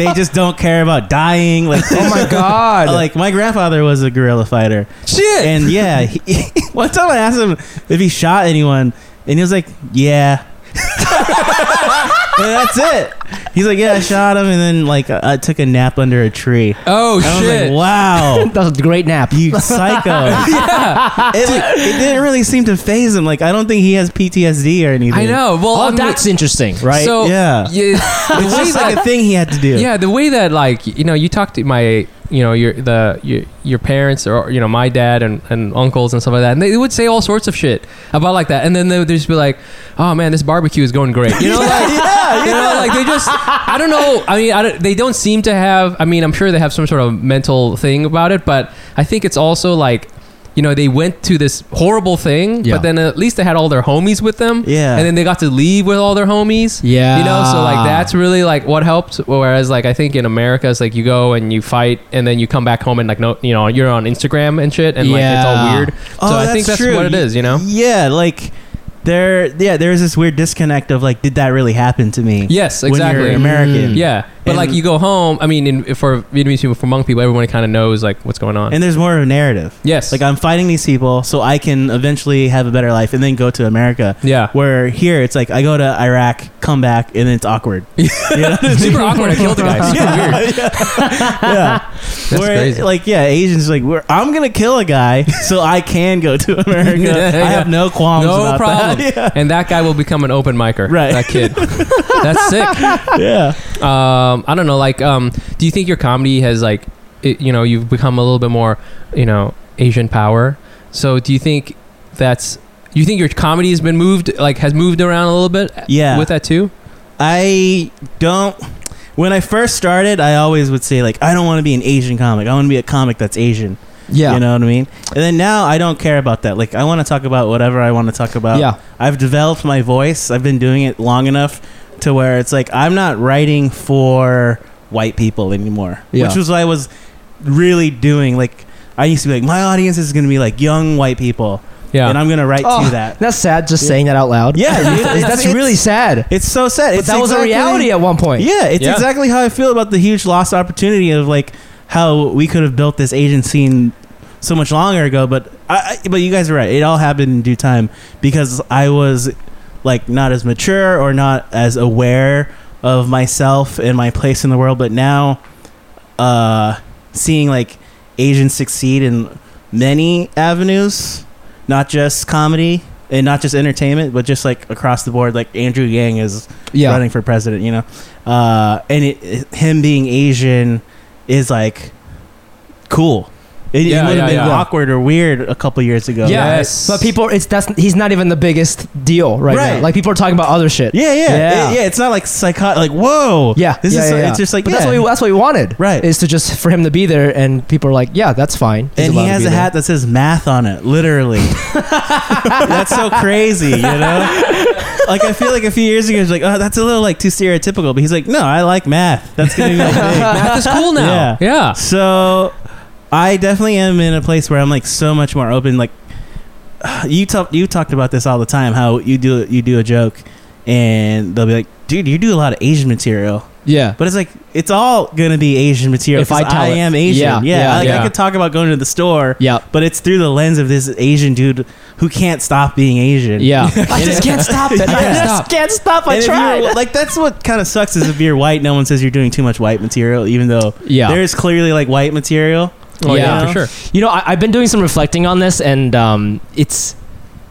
they just don't care about dying. Like, oh my god! Like my grandfather was a guerrilla fighter, shit and yeah, he, one time I asked him if he shot anyone, and he was like, "Yeah." and that's it. He's like, "Yeah, I shot him," and then like I, I took a nap under a tree. oh I was shit like, "Wow." That was a great nap. You psycho. It, like, it didn't really seem to phase him. Like, I don't think he has PTSD or anything. i know well oh, I'm- that's interesting, right? so Yeah. yeah the It's way just like that a thing he had to do. yeah the way that like you know you talk to my you know your the your, your parents or you know my dad and, and uncles and stuff like that and they would say all sorts of shit about like that and then they would just be like oh man this barbecue is going great you know like you know like they just i don't know i mean I don't, they don't seem to have i mean i'm sure they have some sort of mental thing about it but i think it's also like you know they went to this horrible thing Yeah. but then at least they had all their homies with them Yeah. and then they got to leave with all their homies yeah. you know so Ah. like that's really like what helped whereas like i think in america it's like you go and you fight and then you come back home and like no you know you're on instagram and shit and like it's Yeah. all weird Oh, so i think that's true. what it is you know Yeah, like there. Yeah, there's this weird disconnect of like, did that really happen to me? yes When exactly you're American. Mm. yeah but And- like you go home i mean in, for vietnamese people for Hmong people everyone kind of knows like what's going on And there's more of a narrative. yes Like, I'm fighting these people so I can eventually have a better life and then go to America. yeah Where here it's like I go to Iraq, come back, and then it's awkward. You know? super awkward i killed a guy super yeah, weird yeah. yeah. That's Where, crazy. Like, yeah, Asians like, we're, I'm gonna kill a guy so I can go to America. Yeah, I have yeah. no qualms. No about problem. That. and that guy will become an open micer Right. that kid that's sick Yeah, yeah. um, I don't know. Like, um, do you think your comedy has like, it, you know, you've become a little bit more, you know, Asian power. So do you think that's you think your comedy has been moved, like, has moved around a little bit? Yeah. With that too. I don't. When I first started, I always would say like, I don't want to be an Asian comic. I want to be a comic that's Asian. yeah. You know what I mean? And then now I don't care about that. Like, I want to talk about whatever I want to talk about. yeah. I've developed my voice. I've been doing it long enough to where it's like I'm not writing for white people anymore, Yeah. which was what I was really doing. Like I used to be like, my audience is going to be like young white people, Yeah. and I'm going to write Oh, to that. That's sad just saying that out loud. Yeah, dude, That's- it's- that's it's- really sad. It's so sad. But it's that was a exactly- reality at one point. Yeah, it's Yeah. exactly how I feel about the huge lost opportunity of like how we could have built this Asian scene so much longer ago. But I, I- but you guys are right. It all happened in due time because I was like not as mature or not as aware of myself and my place in the world. But now, uh, seeing like Asians succeed in many avenues, not just comedy and not just entertainment, but just like across the board. Like Andrew Yang is Yeah. running for president, you know. Uh, and it, it- him being Asian is like cool. It, it Yeah, would yeah, have been yeah. awkward or weird a couple years ago. Yeah. Yes. Yes. But people, it's that's he's not even the biggest deal right, now. Right. Like people are talking about other shit. Yeah, yeah, Yeah. yeah. It, yeah it's not like psychotic. Like, whoa. Yeah, This yeah, is. yeah, so- yeah. It's just like. But yeah. that's what we, that's what we wanted, Right. Is to just for him to be there, and people are like, yeah, that's fine. He's and he allowed to has be a there. hat that says math on it, literally. that's so crazy, you know? Like I feel like a few years ago, he's like, "Oh, that's a little like too stereotypical," but he's like, "No, I like math. That's gonna be my thing." Math is cool now. Yeah. Yeah. So I definitely am in a place where I'm like so much more open. Like you talk, you talked about this all the time. How you do you do a joke, and they'll be like, "Dude, you do a lot of Asian material." Yeah, But it's like it's all gonna be Asian material. If I 'cause tell it. am Asian, Yeah, yeah, yeah, like yeah. I could talk about going to the store, yeah, but it's through the lens of this Asian dude who can't stop being Asian. yeah. I just can't stop it. I Yeah. just can't stop. And if you're- like that's what kind of sucks is if you're white, no one says you're doing too much white material, even though Yeah. there is clearly like white material. Oh, yeah, Yeah. for sure. Mm-hmm. You know, I, I've been doing some reflecting on this, and um, it's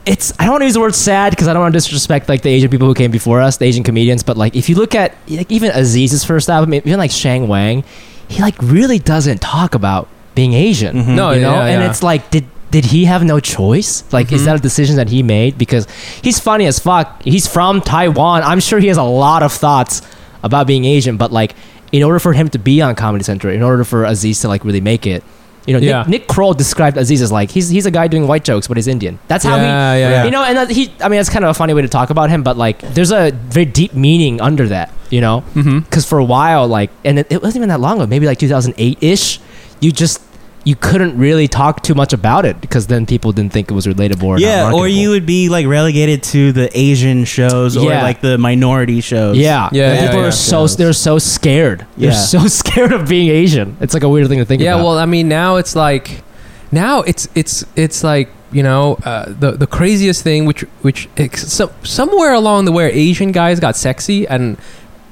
it's I don't want to use the word sad because I don't want to disrespect like the Asian people who came before us, the Asian comedians. But like, if you look at like even Aziz's first album, even like Shang Wang, he like really doesn't talk about being Asian. Mhm. No, you know, Mm-hmm. yeah, and yeah. Mm-hmm. it's like did. Did he have no choice? Like, is that a decision that he made? Because he's funny as fuck. He's from Taiwan. I'm sure he has a lot of thoughts about being Asian, but like, in order for him to be on Comedy Central, in order for Aziz to like really make it, you know, Yeah. Nick, Nick Kroll described Aziz as like he's he's a guy doing white jokes, but he's Indian. That's how Yeah, he, yeah, yeah. you know, and that he. I mean, that's kind of a funny way to talk about him, but like, there's a very deep meaning under that, you know, Mhm. because for a while, like, and it, it wasn't even that long ago, maybe like 2008 ish, you just you couldn't really talk too much about it because then people didn't think it was relatable. Or not yeah, or marketable. you would be like relegated to the Asian shows or Yeah. like the minority shows. Yeah, Yeah, Like, yeah, people yeah. are so they're so scared. Yeah. They're so scared of being Asian. It's like a weird thing to think yeah, about. well, I mean, now it's like, now it's it's it's like you know uh, the the craziest thing, which which ex- so, somewhere along the way, Asian guys got sexy, and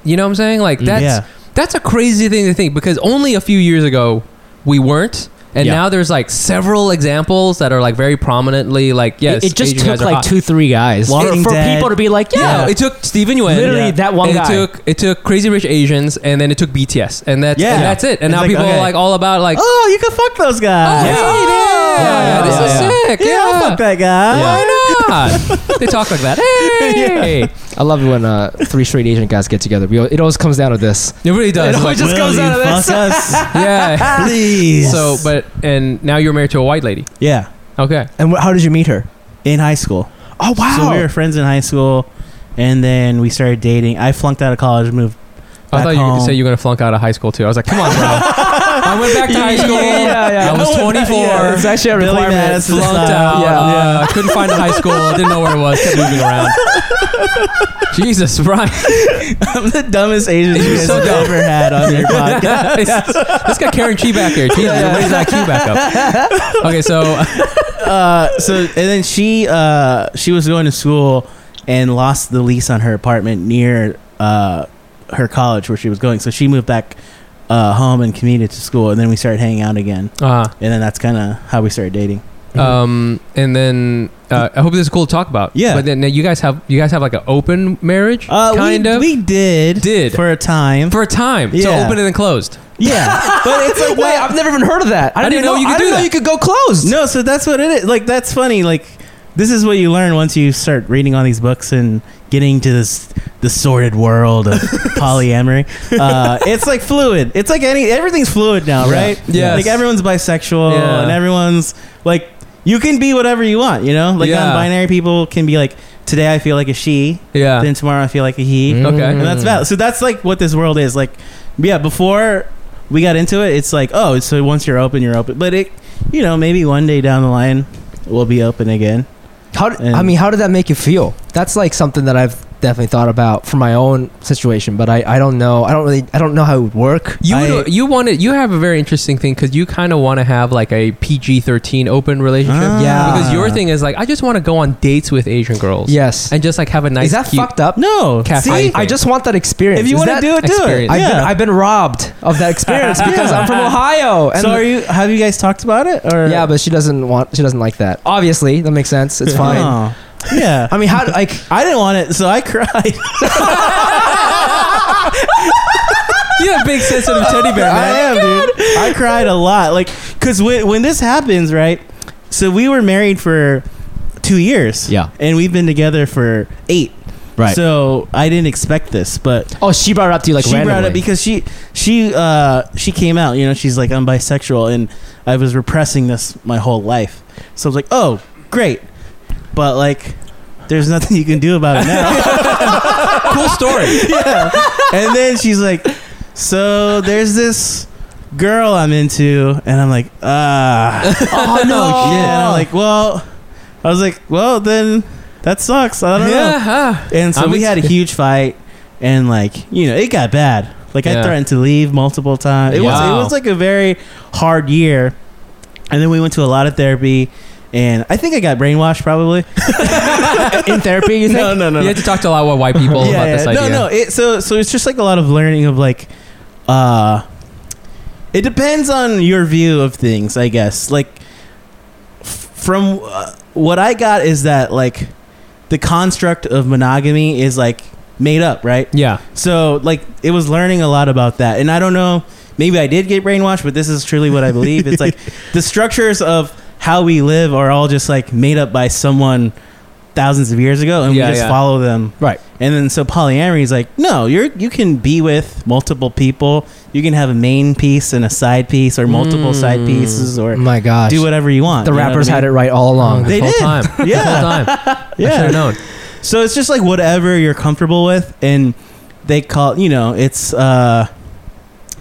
you know what I'm saying? Like that's yeah. that's a crazy thing to think because only a few years ago we weren't. And Yeah. now there's like several examples that are like very prominently like yes, it, it just Asian guys took are like hot. two, three guys for, Walking for Dead. people to be like, yeah, Yeah, it took Stephen Yuen. literally Yeah. that one and guy. It took it took Crazy Rich Asians, and then it took BTS, and that's Yeah. and that's it. And It's now like, people okay. are like all about like, oh, Oh, you can fuck those guys. hey, yeah. yeah, Yeah, this yeah, is yeah. sick. Yeah, I'll fuck that guy. Why not? they talk like that. Hey, I love it when uh, three straight Asian guys get together. We, al- it always comes down to this. it really does. It always Like, just Will comes you out of fuck this. us, yeah. please. So, but and now you're married to a white lady. yeah, Okay. And wh- how did you meet her? in high school. Oh wow! So we were friends in high school, and then we started dating. I flunked out of college, moved. I back thought you home. could say you were gonna flunk out of high school too. I was like, come on, bro. I went back to high school. Yeah, Uh, yeah. I was 24. Yeah, it's actually a Billy requirement. Madison Flunked style. out. Yeah. uh, Couldn't find a high school. Didn't know where it was. Kept moving around. Jesus, Brian. I'm the dumbest Asian you guys so have dumb. ever had on your podcast. Let's get Karen Chi back here. Jesus, raise that IQ back up. Okay, so uh, so and then she uh, she was going to school and lost the lease on her apartment near uh, her college where she was going. So she moved back uh, home and commuted to school, and then we started hanging out again. uh, And then that's kind of how we started dating. um, and then uh, I hope this is cool to talk about. Yeah. But then you guys have you guys have like an open marriage, Uh, kind we, of, we did Did. for a time. for a time. So Yeah. open and then closed. yeah, but it's like Wait, that- I've never even heard of that. I, I didn't didn't know you could I do didn't know that. you could go closed. No, so that's what it is. Like that's funny. Like this is what you learn once you start reading all these books and getting to this the sordid world of polyamory. Uh, it's like fluid. It's like any everything's fluid now, Yeah. right? Yes. Like everyone's bisexual Yeah. and everyone's like you can be whatever you want. You know, like Yeah. non-binary people can be like today I feel like a she, Yeah. then tomorrow I feel like a he. Mm. Mm-hmm. Okay. And that's valid. So that's like what this world is. Like, yeah, before we got into it, it's like, oh, so once you're open, you're open. But it, you know, maybe one day down the line, we'll be open again. How d And- I I mean, how did that make you feel? That's like something that I've definitely thought about for my own situation, but I, I don't know. I don't really I don't know how it would work. Uh, You I- would- you wanted you have a very interesting thing because you kind of want to have like a PG thirteen open relationship. Ah. Yeah. Because your thing is like I just want to go on dates with Asian girls. Yes. And just like have a nice. Is that cute fucked up? No, Cafe. see, I- I just want that experience. if you Is want to that- do it, do it. experience? I've, been, yeah. I've been robbed of that experience because I'm from Ohio. And so are you? Have you guys talked about it? Or yeah, but she doesn't want. She doesn't like that. Obviously, that makes sense. It's fine. Oh. yeah. I mean, how like I didn't want it, so I cried. You have a big sensitive teddy bear, I man. am, dude. I cried a lot. Like Because when, when this happens, right? So we were married for two years. Yeah. And we've been together for eight. Right. So I didn't expect this, but oh, she brought it up to you like she randomly. brought it because she she uh she came out. You know, she's like I'm bisexual, and I was repressing this my whole life. So I was like, oh, great, but like. There's nothing you can do about it now. cool story. yeah. And then she's like, "So there's this girl I'm into," and I'm like, "Ah." oh no! Yeah, and I'm like, well, I was like, well, then that sucks. I don't know. Yeah. And so I'm we ex- had a huge fight, and like, you know, it got bad. Like I Yeah. threatened to leave multiple times. It was Wow. it was like a very hard year, and then we went to a lot of therapy. And I think I got brainwashed probably. in therapy, you think? No, no, no. You no. had to talk to a lot of white people Yeah, about yeah. this idea. No, no. It, so, so it's just like a lot of learning of like, uh, it depends on your view of things, I guess. Like, f- from uh, what I got is that like, the construct of monogamy is like made up, right? Yeah. So, like, it was learning a lot about that, and I don't know. Maybe I did get brainwashed, but this is truly what I believe. It's like the structures of how we live are all just like made up by someone thousands of years ago, and Yeah, we just yeah. follow them. Right. And then so polyamory is like, no, you're you can be with multiple people. You can have a main piece and a side piece, or multiple side pieces, or My Mm. gosh. do whatever you want. The rappers had it right all along. They This whole did. time. This Yeah. whole time. I should Yeah. have known. So it's just like whatever you're comfortable with, and they call you know it's uh,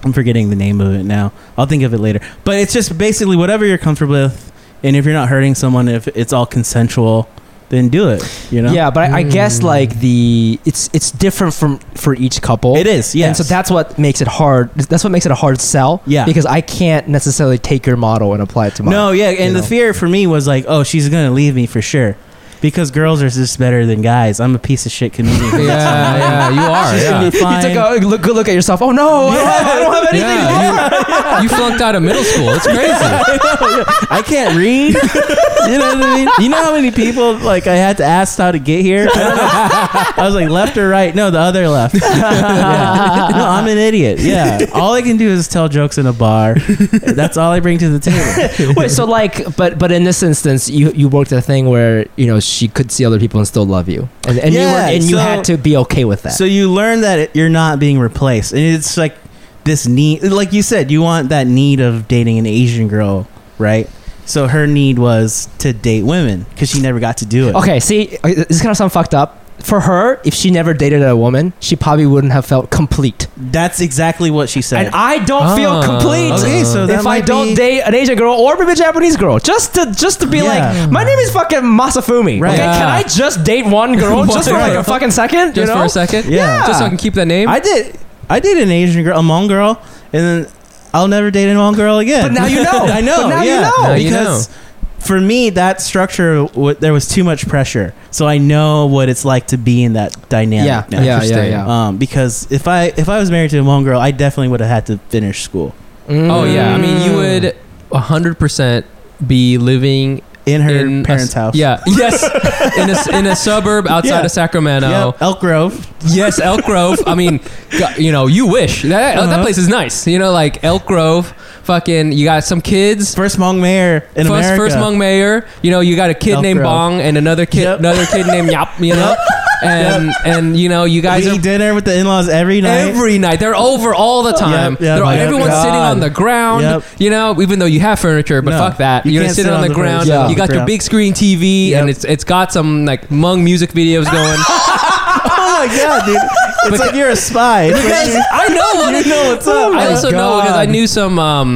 I'm forgetting the name of it now. I'll think of it later. But it's just basically whatever you're comfortable with, and if you're not hurting someone, if it's all consensual, then do it. You know. Mm. Yeah, but I, I guess like the it's it's different from for each couple. It is. Yeah. And so that's what makes it hard. That's what makes it a hard sell. Yeah. Because I can't necessarily take your model and apply it to mine. No, yeah, and the know. fear for me was like, oh, she's gonna leave me for sure, because girls are just better than guys. I'm a piece of shit comedian. Yeah, yeah, you are. She's Yeah. gonna be You fine. took a look, good look at yourself. Oh no, I, don't have, I don't have anything. Yeah, you, you flunked out of middle school. It's crazy. I can't read. you know what I mean? You know how many people like I had to ask how to get here? I was like left or right? No, the other left. Yeah. No, I'm an idiot. Yeah. All I can do is tell jokes in a bar. That's all I bring to the table. Wait, so like, but but in this instance, you you worked a thing where you know she could see other people and still love you, and and you Yeah, were, and you so- had to be okay with that. So you learn that it- you're not being replaced, and it's like this need, like you said, you want that need of dating an Asian girl, right? So her need was to date women because she never got to do it. okay, see, uh, this is kind of sound fucked up. For her, if she never dated a woman, she probably wouldn't have felt complete. That's exactly what she said. And I don't feel Oh, complete okay, so that if I might don't be- date an Asian girl or maybe a Japanese girl, just to just to be Yeah. like, my name is fucking Masafumi. Right. Okay, can Yeah. I just date one girl just for like a Right. fucking second? you Just know? for a second. Yeah. Just so I can keep that name. I did. I did an Asian girl, a Hmong girl, and then I'll never date a Hmong girl again. But now you know. I know. But now you yeah. know. Now you because for me, that structure, w- there was too much pressure. So I know what it's like to be in that dynamic. Yeah, now. yeah, yeah, yeah. Um, because if I if I was married to a Hmong girl, I definitely would have had to finish school oh, yeah. I mean, you Mm. would 100% be living in her in a parents' s- house. Yeah. Yes. in, a, s- in a suburb outside Yeah. of Sacramento. Yeah, Elk Grove. Yes, Elk Grove. I mean, go- you know, you wish that that Uh-huh. place is nice. You know, like Elk Grove. Fucking, you got some kids. First Hmong mayor in first, America. first Hmong mayor. You know, you got a kid Elk named Grove. Bong and another kid, Yep. another kid named Yap. You know, and and you know, you guys We are eat dinner with the in-laws every night. Every night. They're over all the time. yep, They're- yep. everyone's God. sitting on the ground, Yep. you know, even though you have furniture, but No, fuck that. you You're can't sitting sit on the, on the ground. furniture. Yeah. You got your Ground. big screen TV Yep. and it's it's got some like Hmong music videos going. oh my god, dude! It's like you're a spy. It's like Because you- I know what You know what's up. I Oh also my know because I God. knew some. Um,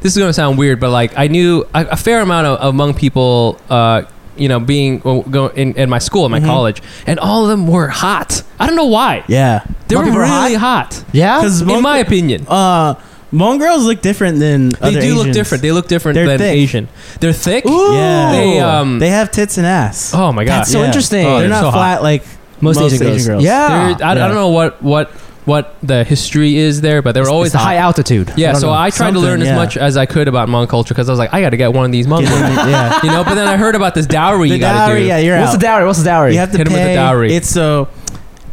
this is gonna sound weird, but like I knew a, a fair amount of among people. Uh, you know, being well, go in, in my school, in my college, and all of them were hot. I don't know why. Mm-hmm. yeah, They were people are really hot. Yeah. because in my opinion. uh Hmong girls look different than They other do look Asians. different. They look different They're than thick. Asian. They're thick. yeah, They, um, They have tits and ass. oh my god. That's so Yeah. interesting. Oh, they're they're not so hot. flat like most, Asian, girls. Yeah. They're- I, I Yeah. don't know what what what the history is there, but they were It's- always it's the hot. high altitude. Yeah, don't so know. I tried to learn Something, as yeah. much as I could about Hmong culture because I was like, I got to get one of these Hmong women. yeah. you know. But then I heard about this dowry The you got to do. dowry, yeah, you're What's out. the dowry? What's the dowry? you have to Hit 'em with the pay. dowry. It's so,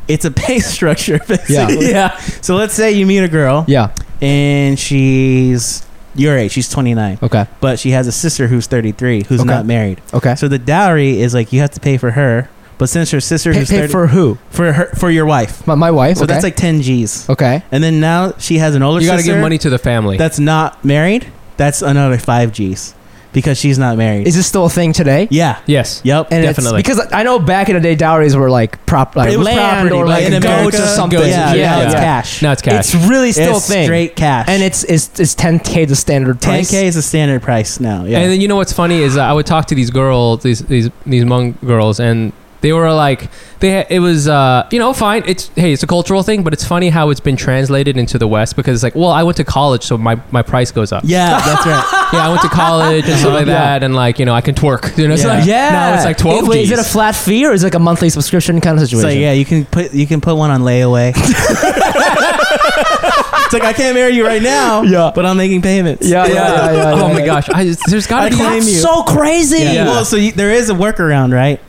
it's a pay structure basically. yeah, So let's say you meet a girl yeah. and she's your age. She's 29, Okay. but she has a sister who's 33 who's Okay. not married. Okay. So the dowry is like you have to pay for her, but since her sister Pay, who's pay 30, for who? for her for your wife, My, my wife. so okay. that's like 10 G's. okay. And then now she has an older You got to sister give money to the family. that's not married. That's another 5 G's because she's not married. Is this still a thing today? yeah. yes. Yep. And it's- Definitely. because I know back in the day, dowries were like prop, like It was land property, or but like in goats America- or something. Goats, yeah, yeah, yeah, now it's yeah. cash. Now it's cash. It's really still it's a thing, straight cash. and it's it's it's 10k the standard price. 10k is the standard price now. Yeah. And then you know what's funny is uh, I would talk to these girls, these these these Hmong girls, and they were like, they ha- it was uh, you know fine. It's hey, it's a cultural thing, but it's funny how it's been translated into the West because it's like, well, I went to college, so my my price goes up. yeah, that's right. yeah, I went to college and stuff like Yeah. that, and like you know, I can twerk. You know, it's Yeah. like, Yeah, now it's like twelve. It- wait, is it a Gs. flat fee or is it like a monthly subscription kind of so situation? yeah, you can put you can put one on layaway. it's like I can't marry you right now. Yeah. but I'm making payments. yeah, yeah, yeah, yeah, yeah, oh my yeah. gosh, I, there's got I to be claim you. So crazy. Yeah. Well, so you, there is a workaround, right?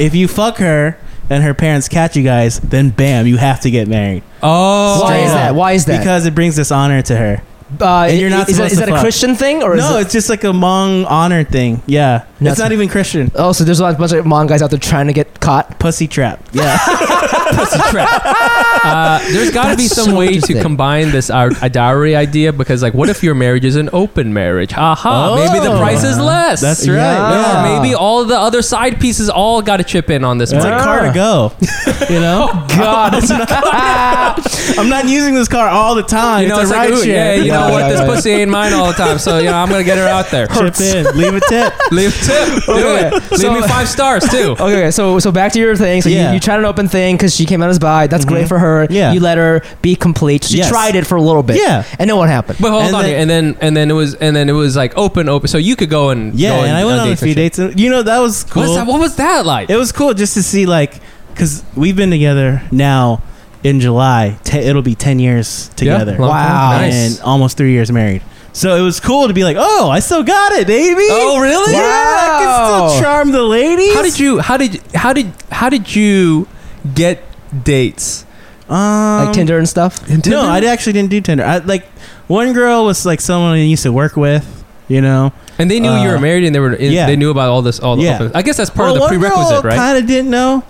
if you fuck her and her parents catch you guys, then bam, you have to get married oh Why Straight is up. that? Why is that? because it brings dishonor to her. uh, and you're not is, that, supposed is to that a fuck. Christian thing or Is no, it, it's just like a Hmong honor thing. Yeah, That's- it's not even Christian. oh, so there's a bunch of Hmong guys out there trying to get caught. Pussy trap. Yeah. It's a trap. Uh, there's got to be That's some so way interesting. to combine this our, a dowry idea because, like, what if your marriage is an open marriage? Aha! maybe the price is less. Oh. Uh-huh. That's right. Yeah. Yeah. Or maybe all the other side pieces all got to chip in on this. It's one. like car to go. You know? God, it's I'm not using this car all the time. You know, it's, it's a like, ride ooh, yeah, share. you know Yeah, what? yeah, this yeah. pussy ain't mine all the time, so you know I'm gonna get her out there. Chip in, leave a tip. Leave a tip. Do Okay. it. Leave So- me five stars too. Okay, okay, so so back to your thing. So Yeah. Mm-hmm. you, you tried an open thing because she came out as bi. That's great for her. Yeah. You let her be complete. She Yes. tried it for a little bit. Yeah. And then what happened? But hold And on, then- here. and then and then it was and then it was like open, open. So you could go and Yeah, go and I went on a dates few and shit. dates. and- You know, that was cool. What's that? What was that like? It was cool just to see, like, because we've been together now in July. Te- it'll be 10 years together. long time. Wow. Nice. And almost three years married. So it was cool to be like, oh, I still got it, baby. Oh, really? Yeah, I can Wow. still charm the ladies. How did you? How did? How did? How did you get dates? you? Um, like Tinder and stuff. No, I actually didn't do Tinder. I like one girl was like someone I used to work with, you know. And they knew you were Uh, married, and they were. yeah. They knew about all this. All the. Yeah. I guess that's part of the prerequisite, right? Kind of didn't know,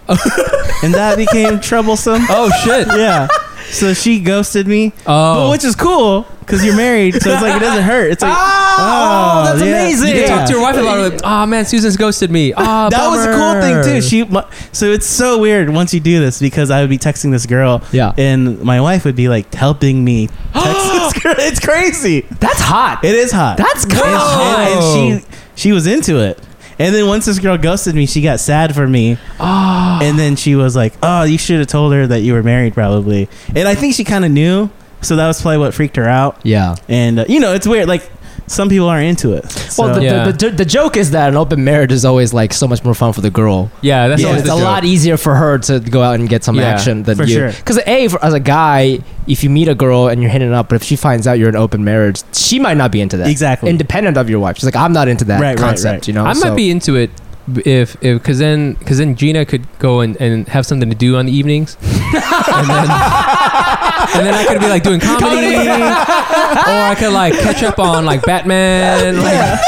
and that became troublesome. oh shit. Yeah, so she ghosted me, Oh. but which is cool because you're married, so it's like it doesn't hurt. It's like Oh, oh, that's yeah. amazing. you can yeah. talk to your wife a lot. Like, oh man, Susan's ghosted me. Ah, that was a cool thing bummer." too. She, my, so it's so weird once you do this because I would be texting this girl, Yeah. and my wife would be like helping me. Text this girl. It's crazy. That's hot. It is hot. That's kind of and, hot. and- and she she was into it. And then once this girl ghosted me, she got sad for me. And then she was like, "Oh, you should have told her that you were married, probably." And I think she kind of knew, so that was probably what freaked her out. Yeah. And uh, you know, it's weird. Like some people aren't into it. So. Well, the, Yeah. the, the, the joke is that an open marriage is always like so much more fun for the girl. Yeah, that's Yeah. always it's the a joke. lot easier for her to go out and get some Yeah, action than for you. sure. Because a, for, as a guy, if you meet a girl and you're hitting it up, but if she finds out you're in an open marriage, she might not be into that. Exactly. Independent of your wife, she's like, I'm not into that Right, right, concept. right. You know, I might Oh, So- be into it if if because then because then Gina could go and, and have something to do on the evenings, and then and then I could be like doing comedy, or I could like catch up on like Batman. Like,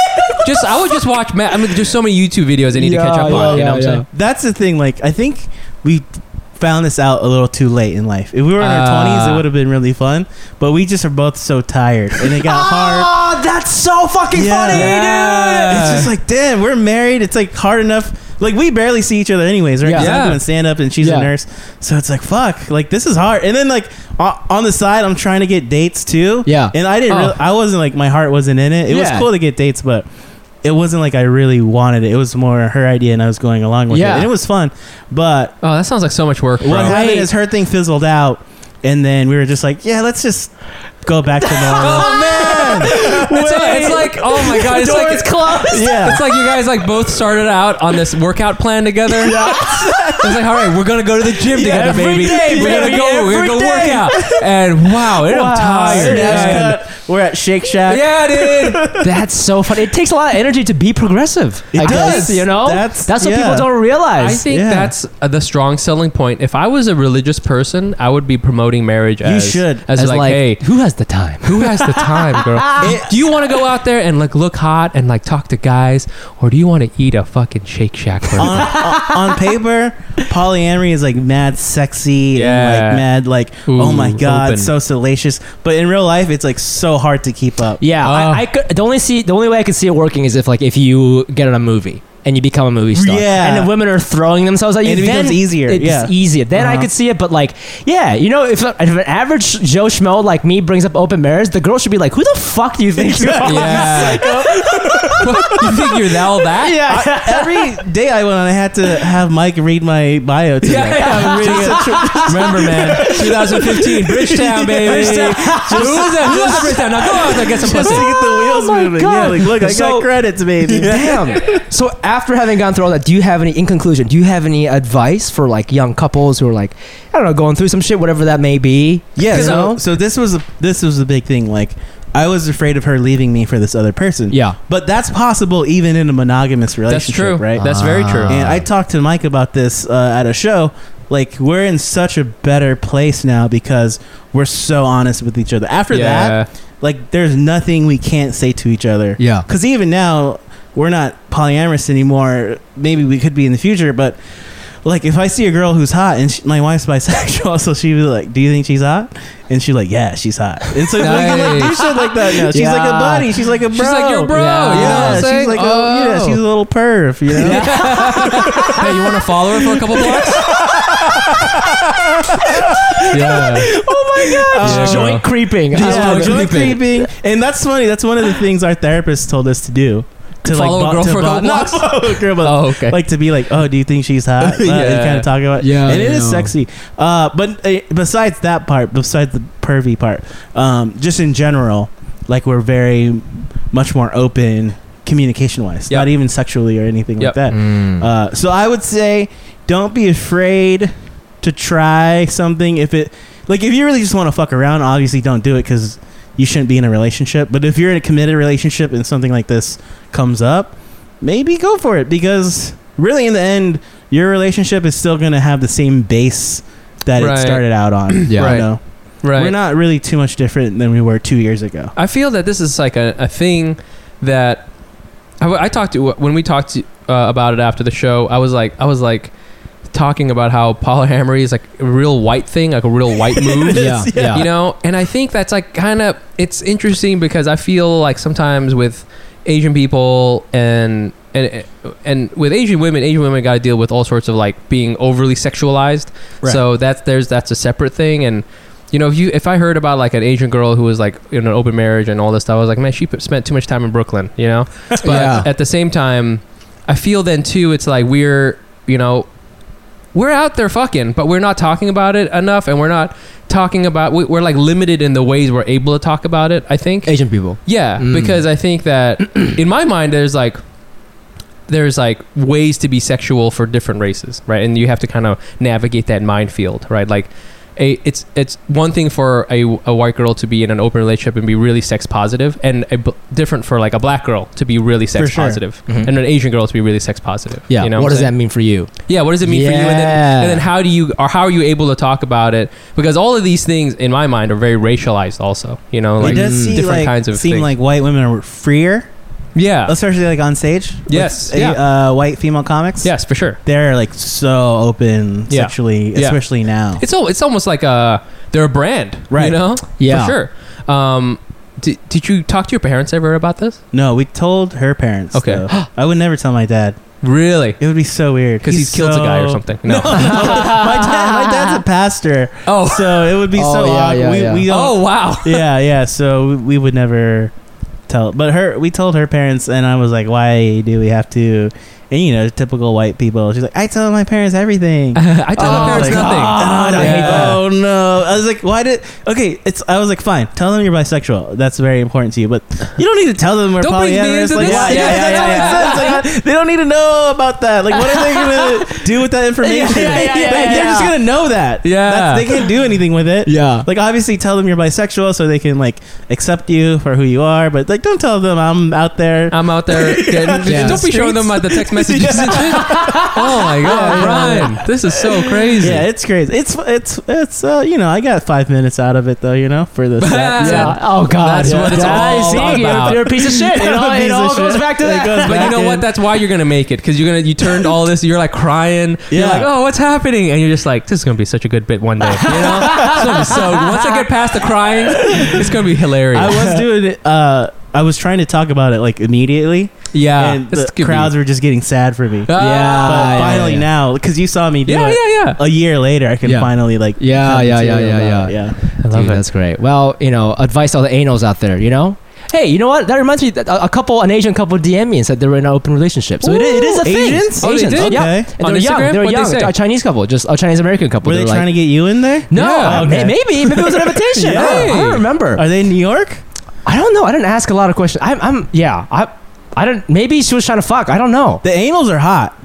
Just I would just watch. Ma- I mean, there's so many YouTube videos I need to catch up Yeah, yeah, on. yeah, you know what I'm yeah. saying? that's the thing. Like I think we found this out a little too late in life. If we were in our Ah. twenties, it would have been really fun. But we just are both so tired, and it got hard. Oh, that's so fucking Yeah. funny, Yeah. It's just like, damn, we're married. It's like hard enough. Like we barely see each other anyways, right? 'Cause Yeah. I'm doing stand up and she's Yeah. a nurse, so it's like fuck. Like this is hard. And then like o- on the side, I'm trying to get dates too. Yeah. And I didn't. Oh. Really, I wasn't like my heart wasn't in it. It Yeah. was cool to get dates, but it wasn't like I really wanted it. It was more her idea, and I was going along with Yeah. it, and it was fun. But Oh, that sounds like so much work, bro. what Right. happened is her thing fizzled out, and then we were just like, yeah, let's just go back to normal. Oh man, it's, like- it's like oh my god, it's like Door is closed. yeah. It's like you guys like both started out on this workout plan together. it's like, all right, we're gonna go to the gym Yeah, together, every baby. day, we're gonna baby, go. We're gonna every go day. work out. And wow, and I'm tired. Snapchat. man. We're at Shake Shack. Yeah, dude. That's so funny. It takes a lot of energy to be progressive. It I guess, does. you know? That's- what yeah. people don't I realize. think Yeah. that's uh, the strong selling point. If I was a religious person, I would be promoting marriage. As, should. as, As like, hey, who has the time? who has the time, girl? do you want to go out there and like look hot and like talk to guys, or do you want to eat a fucking Shake Shack? burger? on, uh, on on paper, polyamory is like mad sexy Yeah. and like mad like oh Ooh, my god, open. so salacious. But in real life, it's like so hard to keep up. Yeah, Uh. I, I could. The only see the only way I could see it working is if like if you get on a movie and you become a movie star. Yeah. and the women are throwing themselves at you. And it then becomes easier, It's yeah. easier. Then I Uh-huh. could see it, but like, yeah, you know, if, if an average Joe schmo like me brings up open marriage, the girl should be like, "Who the fuck do you think you are?" yeah. you think you're all that? I- every day I went on, I had to have Mike read my bio to Yeah, me. yeah, Remember, man, 2015, Bridgetown, baby. who was that? Who was that Bridgetown? Now go out there, get some Just pussy. to get the wheels Oh my moving. Yeah, God. like look, I So- got credits, baby. Damn. So after having gone through all that, do you have any in conclusion? Do you have any advice for like young couples who are like, I don't know, going through some shit, whatever that may be? Yeah. You know? So, so this was a, this was the big thing. Like, I was afraid of her leaving me for this other person. Yeah. But that's possible even in a monogamous That's relationship, true. right? That's very true. and I talked to Mike about this uh, at a show. Like, we're in such a better place now because we're so honest with each other. After that, like, there's nothing we can't say to each other. Yeah. Because even now, we're not polyamorous anymore. Maybe we could be in the future, but like if I see a girl who's hot and she, my wife's bisexual, so she be like, "Do you think she's hot?" And she's like, "Yeah, she's hot." And so we can like do Nice. shit like that now. She's like a Yeah. buddy. She's like a bro. She's like your bro. Yeah. You know what I'm Yeah, saying? she's like oh. a, yeah, she's a little perv. You know? hey, you want to follow her for a couple blocks? yeah. Yeah. Joint creeping. I Oh. Yeah, love it. joint creeping. And that's funny. That's one of the things our therapist told us to do. To Follow a bo- girl to for a bo- couple not blocks? follow a girl, but Oh, okay. like to be like, oh, do you think she's hot? Uh, Yeah. and kind of talk about. Yeah, and it I is know. sexy. Uh, but uh, besides that part, besides the pervy part, um, just in general, like we're very much more open communication wise, Yep. not even sexually or anything Yep. like that. Uh, so I would say, don't be afraid to try something if it, like, if you really just want to fuck around, obviously don't do it because you shouldn't be in a relationship. But if you're in a committed relationship and something like this comes up, maybe go for it because really, in the end, your relationship is still going to have the same base that Right. it started out on. Yeah. You know? Right. We're not really too much different than we were two years ago. I feel that this is like a, a thing that I, I talked to when we talked to, uh, about it after the show. I was like, I was like talking about how polyamory is like a real white thing, like a real white move. Yeah, yeah. You know, and I think that's like kind of it's interesting because I feel like sometimes with Asian people and and and with Asian women, Asian women got to deal with all sorts of like being overly sexualized. Right. So that's there's that's a separate thing and you know, if you if I heard about like an Asian girl who was like in an open marriage and all this stuff, I was like, man, she p- spent too much time in Brooklyn, you know. But Yeah. at the same time, I feel then too, it's like we're you know, we're out there fucking, but we're not talking about it enough, and we're not talking about we, we're like limited in the ways we're able to talk about it. I think, Asian people. yeah, Mm. because I think that in my mind, there's like there's like ways to be sexual for different races, right? And you have to kind of navigate that minefield, right? Like, a, it's it's one thing for a, a white girl to be in an open relationship and be really sex positive, and a b- different for like a black girl to be really sex sure. positive, Mhm. and an Asian girl to be really sex positive. Yeah. you know what I'm does saying? that mean for you? Yeah, what does it mean for you? And then, Yeah. and then how do you or how are you able to talk about it? Because all of these things, in my mind, are very racialized. Also, you know, like mm, it does see, different like, kinds of seem things. like white women are freer, yeah, especially like on stage. with Yes, a- uh, white female comics. yes, for sure. they're like so open Yeah. sexually, Yeah. especially now. It's all, it's almost like a they're a brand, You Right. know, Yeah. for sure. Um, did, did you talk to your parents ever about this? no, we told her parents. Okay. though. I would never tell my dad. Really? It would be so weird Because he's, killed so- a guy or something. No. my, dad, my dad's a pastor, oh. so it would be Oh, so yeah, odd. yeah, we, yeah. we don't, Oh wow. yeah, yeah. So we, we would never tell. But her, we told her parents, and I was like, "Why do we have to?" And you know, typical white people. She's like, "I tell my parents everything." I told Oh, my parents like, nothing. God, I Yeah. hate that. Oh no! I was like, why did? Okay, it's. I was like, fine. Tell them you're bisexual. That's very important to you, but you don't need to tell them we're Don't bring me polyamorous. into like, this. why- Yeah, yeah, yeah, yeah, yeah, that's what it yeah. says. Like, they don't need to know about that. Like, what are they gonna do with that information? Yeah, yeah, yeah, They- yeah, they're yeah. just gonna know that. Yeah. That's- they can't do anything with it. Yeah. Like, obviously, tell them you're bisexual so they can like accept you for who you are. But like, don't tell them I'm out there. I'm out there. Getting, Yeah. Don't be showing them uh, the text messages. and shit. Oh my god, Brian, this is so crazy. yeah, it's crazy. It's it's it's uh, you know I got five minutes out of it though you know for this. that- Yeah. Yeah. Oh God. That's yeah. what it's I all see, you're- about. You're a piece of shit. It all, I'm a it piece all of goes shit. back to It that. goes But you back know in. what? That's why you're gonna make it because you're gonna you turned all this. You're like crying. You're Yeah. like, oh, what's happening? And you're just like, this is gonna be such a good bit one day. You know? It's gonna be so once I get past the crying, it's gonna be hilarious. I was doing it. Uh, I was trying to talk about it like immediately, Ah, yeah, and this the could be- crowds were just getting sad for me. Ah, But yeah, finally yeah. now, because you saw me do yeah, it yeah, yeah. a year later, I can Yeah. finally like. Yeah, have yeah, yeah, material yeah, about it. yeah. I love Dude, That's great. Well, you know, advice to all the anals out there. You know, hey, you know what? That reminds me. That a a couple, an Asian couple, DM me and said they were in an open relationship. So it, is- it is a thing. Asians? Oh, they Asians. did? yeah. Okay. And On they're Instagram? young. They're What'd they young. say? A Chinese couple, just a Chinese American couple. Were they They're trying like, to get you in there? No, Yeah, may- okay. maybe maybe it was an invitation. Oh, I, don't, I don't Yeah. remember. Are they in New York? I don't know. I didn't ask a lot of questions. I'm, I'm yeah. I I don't. Maybe she was trying to fuck. I don't know. The anals are hot.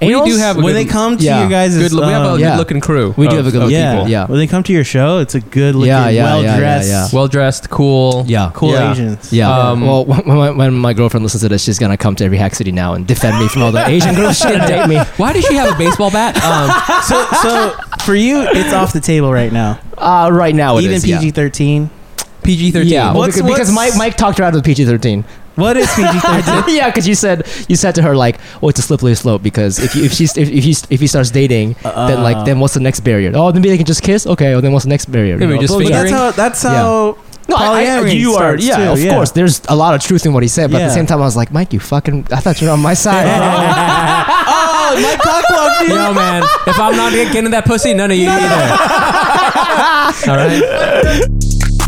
We do Anals? have a good, When they come to yeah. you guys, um, good. look we have a um, yeah. good looking crew. We do of- have a good of looking yeah. people, yeah. When they come to your show, it's a good looking, Yeah, yeah, yeah, well yeah, dressed, yeah. well dressed, cool. yeah. cool Yeah. Asians. Yeah. Um, well, when, when, when my girlfriend listens to this, she's gonna come to every hack city now and defend me from all the Asian girls she didn't date me. Why does she have a baseball bat? Um, So, so for you, it's off the table right now. Uh, right now, it Even is, yeah. PG thirteen. PG thirteen. Yeah, well, What's- because, because Mike what's- Mike talked her out of the PG thirteen. What is PG thirteen? yeah, because you said you said to her like, "Oh, it's a slippery slope." Because if you, if she's if, if he if he starts dating, then like then what's the next barrier? Oh, then maybe they can just kiss. Okay, well, then what's the next barrier? Maybe just those But are- that's how. That's Yeah. how. No, I, I, Polyamory you are. starts Yeah, too, of yeah. course. There's a lot of truth in what he said, but at Yeah. the same time, I was like, Mike, you fucking. I thought you were on my side. Oh, my cock dude. Yo, man, if I'm not getting that pussy, none of you either. All right.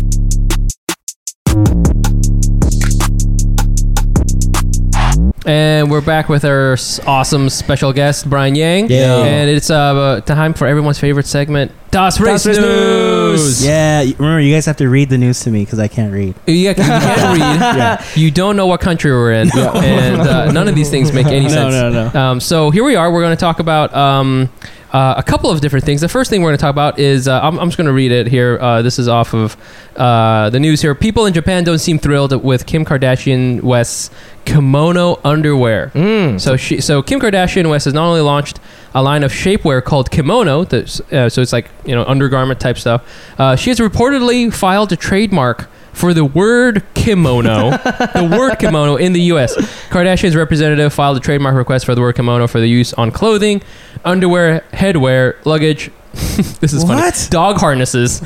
And we're back with our s- awesome special guest, Brian Yang. Yeah. And it's uh, time for everyone's favorite segment, Das Race Race News. Yeah, y- remember you guys have to read the news to me because I can't read. Yeah, 'cause you can't read. Yeah. You don't know what country we're in. And uh, none of these things make any sense. no. Um, so here we are. We're going to talk about um, uh, a couple of different things. The first thing we're going to talk about is uh, I'm, I'm just going to read it here. Uh, this is off of uh, the news here. People in Japan don't seem thrilled with Kim Kardashian West's kimono underwear. Mm. So she, so Kim Kardashian West has not only launched a line of shapewear called kimono, that's, uh, so it's like you know undergarment type stuff. Uh, she has reportedly filed a trademark for the word kimono, the word kimono in the U.S. Kardashian's representative filed a trademark request for the word kimono for the use on clothing, underwear, headwear, luggage. this is funny. What? Dog harnesses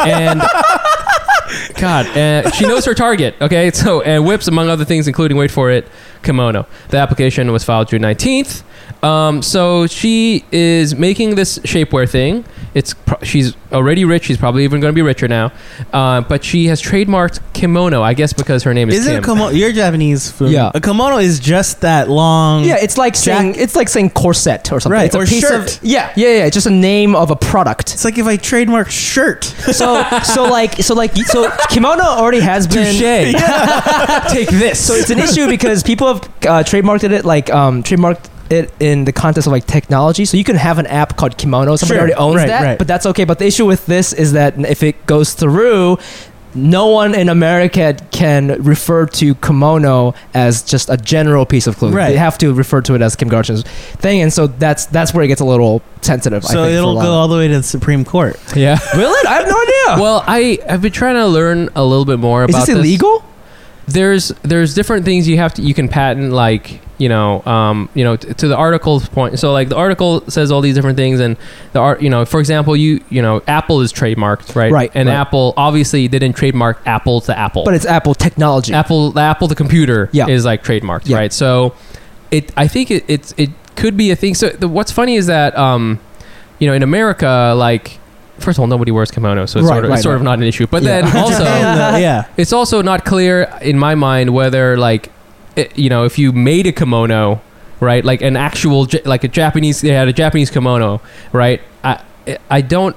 and. God, uh, she knows her target. Okay, so and whips among other things, including wait for it, kimono. The application was filed June nineteenth. Um, so she is making this shapewear thing. It's pro- she's already rich. She's probably even going to be richer now. Uh, but she has trademarked kimono, I guess, because her name is Isn't Kim. a kimono? You're Japanese food. Yeah. a kimono is just that long. Yeah, it's like Jack- saying it's like saying corset or something. Right, It's a or piece shirt. of yeah, yeah, yeah. It's just a name of a product. it's like if I trademark shirt. So so like so like so kimono already has been. Touche. Take this. So it's an issue because people have uh, trademarked it like um, trademarked it in the context of like technology. So you can have an app called Kimono. Somebody Sure. already owns Right, that, right. but that's okay. But the issue with this is that if it goes through. No one in America can refer to kimono as just a general piece of clothing. Right. They have to refer to it as Kim Kardashian's thing, and so that's that's where it gets a little sensitive. I so think, for a it'll lot go of- all the way to the Supreme Court. yeah. Will it? I have no idea. Well, I have been trying to learn a little bit more Is about this illegal? there's there's different things you have to you can patent like you know um, you know t- to the article's point so like the article says all these different things and the art you know for example you you know apple is trademarked right Right, and right. apple obviously they didn't trademark apple to apple But it's Apple technology. apple the apple the computer Yeah. is like trademarked Yeah. right so it i think it it's it could be a thing so the, what's funny is that um you know in america like first of all nobody wears kimono so it's Right, sort of right, it's sort of right. not an issue but Yeah. then also Japan, though, yeah, it's also not clear in my mind whether like it, you know if you made a kimono right like an actual Ja- like a japanese they had a japanese kimono right i i don't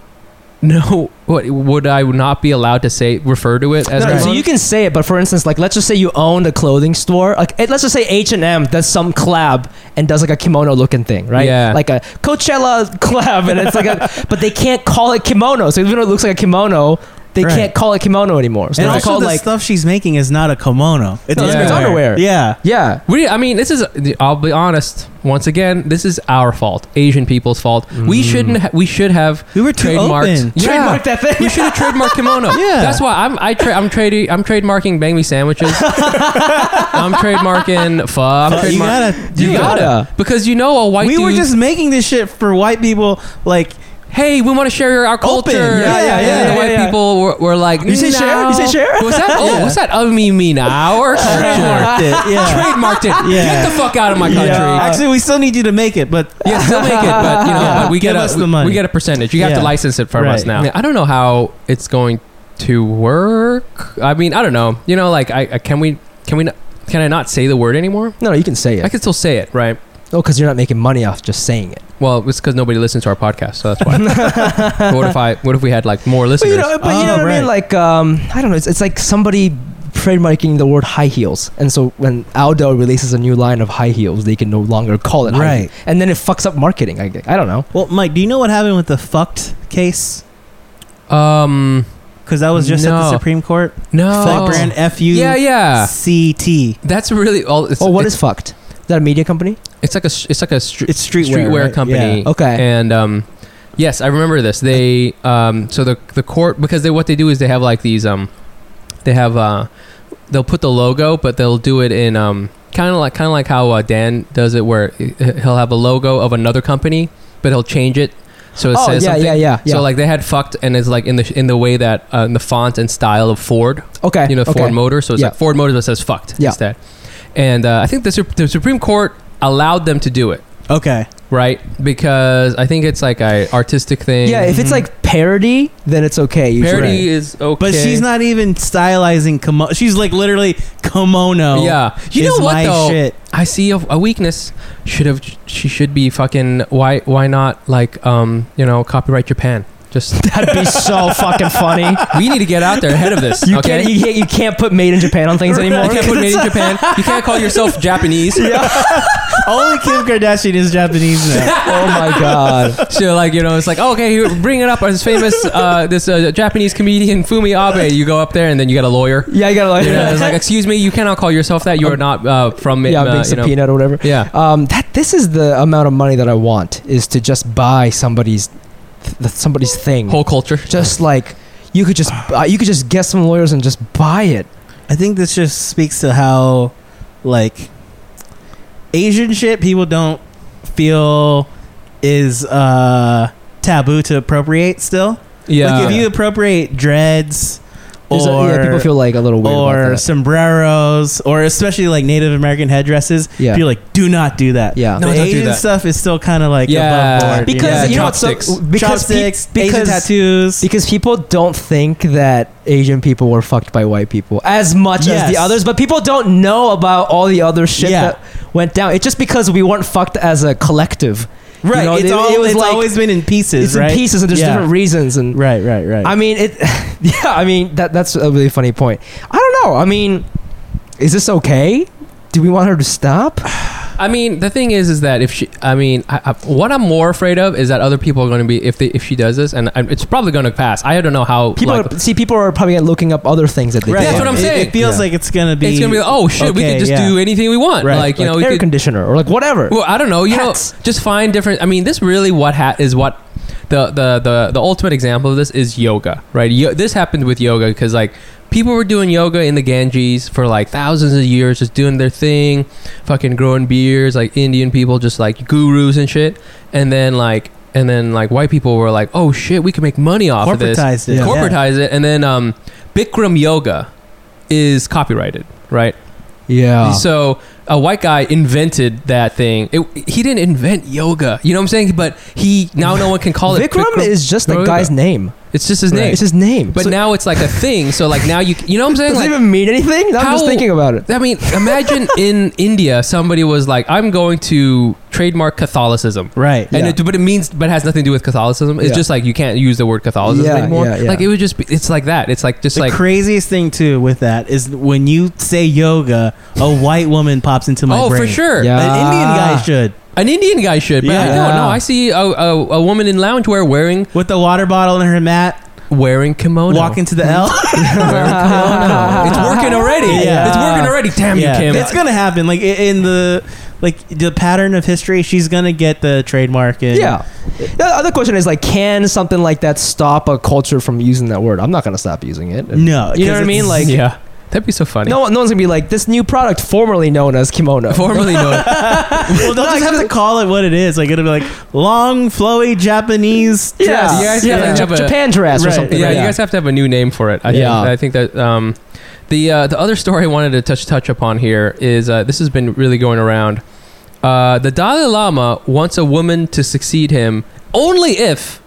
know what would I not be allowed to say refer to it as No, my So mom? you can say it, but for instance, like let's just say you own a clothing store. Like eh, let's just say H and M does some collab and does like a kimono looking thing, right? Yeah. Like a Coachella collab, and it's like a but they can't call it kimono. So even though it looks like a kimono, they Right. can't call it kimono anymore. So and it's also called the like stuff she's making is not a kimono. It's, No, it's underwear. Yeah. yeah. We, I mean, this is. I'll be honest. Once again, this is our fault, Asian people's fault. We shouldn't. Ha- we should have. Mm. We were too trademarked. open. Yeah. Trademark that thing. We should have trademarked kimono. Yeah. that's why I'm. I tra- I'm trading. I'm trademarking bang me sandwiches. I'm trademarking fuck. Fuck, I'm you trademark- gotta- You you gotta. gotta. Because you know a white. we were dude- just making this shit for white people. Like, Hey, we want to share our culture. Open. Yeah, yeah, And yeah, the white yeah, yeah. people were, were like, You say share? You say "No." share? What's that? Oh, what's that? Oh, me, mean our trademark. trademarked it. Yeah. Trademarked it. Yeah. Get the fuck out of my country. Yeah. Actually, we still need you to make it, but Yeah, they'll make it, but you know, Yeah. but we get Give a, us we- the money. We get a percentage. You have Yeah. to license it from us Right. now. I, mean, I don't know how it's going to work. I mean, I don't know. You know, like I, I can we can we not- can I not say the word anymore? No, no, you can say I it. can still say it, right? Oh, because you're not making money off just saying it. Well, it's because nobody listens to our podcast, so that's why. But what if I? What if we had like more But listeners? you know, but you know Oh, what I mean. right. Like um, I don't know. It's, it's like somebody trademarking the word high heels, and so when Aldo releases a new line of high heels, they can no longer call it high Right. heel. and then it fucks up marketing. I, gue- I don't know. well, Mike, do you know what happened with the fucked case? um, Because that was just at No. the Supreme Court. no. Fuck brand F U Yeah, yeah. C T. That's really all. It's, Oh, what it's, is fucked? Is that a media company? It's like a. sh- It's like a. Str- It's streetwear, streetwear right? company. Yeah. Okay. And um, yes, I remember this. They um, so the the court because they what they do is they have like these um, they have uh, they'll put the logo, but they'll do it in um, kind of like kind of like how uh, Dan does it, where he- he'll have a logo of another company, but he'll change it so it oh, says yeah, something. yeah, yeah, yeah. So like they had fucked and it's like in the in the way that uh, in the font and style of Ford, okay, you know, Eh, okay. Ford Motor. So it's Yeah. like Ford Motor that says fucked Yeah. instead. And uh, I think the, Sup- the Supreme Court allowed them to do it Okay. right? Because I think it's like a artistic thing. Yeah, if it's like parody, then it's okay. Usually. parody is okay, But she's not even stylizing kimono. She's like literally kimono. Yeah, you is know what my though? Shit. I see a, a weakness. Should have she should be fucking why why not like um you know copyright Japan? Just That'd be so fucking funny. we need to get out there ahead of this. You okay. can't, you can't, you can't put made in Japan on things anymore. you can't put made in Japan. You can't call yourself Japanese. Only Kim Kardashian is Japanese now. oh my god. So like you know, it's like okay, here, bring it up. This famous uh, this uh, Japanese comedian Fumi Abe. You go up there and then you got a lawyer. Yeah, you gotta like. You know, it's like excuse me, you cannot call yourself that. You are not uh, from yeah, I'm uh, being you know. subpoenaed or whatever. Yeah. Um, that this is the amount of money that I want is to just buy somebody's, th- somebody's thing. Whole culture. Just like you could just, uh, you could just get some lawyers and just buy it. I think this just speaks to how, like, Asian shit people don't feel is uh, taboo to appropriate still. Yeah. Like, if you appropriate dreads There's a- or. yeah, people feel like a little weird or about that. sombreros, or especially like Native American headdresses, Yeah. you're like, do not do that. Yeah. the No, don't do Asian that. stuff is still kind of like Yeah. above board. because Yeah, you know what's so, chopsticks. because pe- chopsticks, Asian because tattoos. because people don't think that Asian people were fucked by white people as much as Yes. the others, but people don't know about all the other shit Yeah. that went down. It's just because we weren't fucked as a collective. You right, know, it's, it- all, it was it's like- always been in pieces, It's right? in pieces, and there's Yeah. different reasons. And Right, right, right. I mean, it. Yeah, I mean that that's a really funny point. I don't know. I mean, is this okay? Do we want her to stop? I mean, the thing is, is that if she, I mean, I, I, what I'm more afraid of is that other people are going to be if they if she does this, and I, it's probably going to pass. I don't know how. People like, are, see, people are probably looking up other things that they. right. do. That's what I'm It- saying. It feels Yeah. like it's gonna be. it's going to be like, oh shit, we okay, can just yeah. do anything we want. Right, Like you know, like we air could, conditioner or like whatever. well, I don't know. You Hats. know, just find different. I mean, this really what hat is what the the the the ultimate example of this is yoga, right? Yo, this happened with yoga because like people were doing yoga in the Ganges for like thousands of years, just doing their thing, fucking growing beards, like Indian people, just like gurus and shit, and then like. And then, like white people were like, "Oh shit, we can make money off of this." corporatized it. Yeah. Corporatize it, and then um, Bikram yoga is copyrighted, right? yeah. So a white guy invented that thing. It, he didn't invent yoga. You know what I'm saying? But he now no one can call it Vikram, is just the Yoga. guy's name. It's just his name. It's his name. but So- now it's like a thing. So like now you you know what I'm saying? does it Like, even mean anything? I'm just How- thinking about it. I mean, imagine in India somebody was like, "I'm going to trademark Catholicism." Right. And Yeah. it, but it means, but it has nothing to do with Catholicism. It's Yeah. just like you can't use the word Catholicism Yeah, anymore. yeah, yeah. Like it would just be, it's like that. It's like just The like craziest thing too with that is when you say yoga, a white woman pops into my oh brain. for sure, Yeah. An Indian guy Ah. should an Indian guy should. But I, Yeah. no, no, I see a, a, a woman in loungewear wearing with the water bottle in her mat, wearing kimono. walk into the L. it's working already. Yeah. It's working already. Damn yeah, you, Kim. it's gonna happen. Like i- in the like the pattern of history, she's gonna get the trademark. And Yeah. The other question is like, can something like that stop a culture from using that word? I'm not gonna stop using it. no, You know 'cause what I mean? it's- Like- yeah, that'd be so funny. No, one- no one's gonna be like this new product, formerly known as kimono. Formerly known. well, they'll just have to call it what it is. Like it'll be like long, flowy Japanese. yeah, You guys yeah, have like to Ja- have a- Japan dress or Right. something. yeah, like you that. guys have to have a new name for it. I Yeah. think I think that um, the uh, the other story I wanted to touch touch upon here is uh, this has been really going around. Uh, the Dalai Lama wants a woman to succeed him only if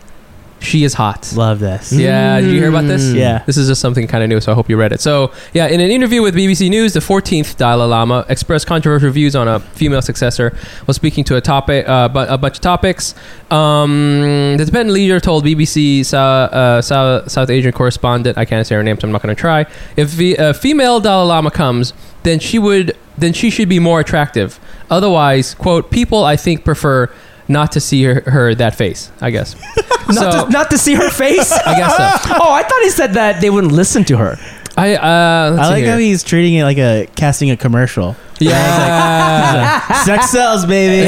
she is hot. Love this. Yeah, did you hear about this? Mm. Yeah. This is just something kind of new, so I hope you read it. So, yeah, in an interview with BBC News, the 14th Dalai Lama expressed controversial views on a female successor while speaking to a topic, uh, bu- a bunch of topics. Um, the Tibetan leader told BBC Sou- uh, Sou- South Asian correspondent, I can't say her name, so I'm not going to try. If the uh, female Dalai Lama comes, then she would, then she should be more attractive. Otherwise, quote, people I think prefer not to see her, her that face. I guess. not, so, to, not to see her face. I guess so. oh, I thought he said that they wouldn't listen to her. I uh, let's I see like here. how he's treating it like a casting a commercial. yeah. Sex sells, baby.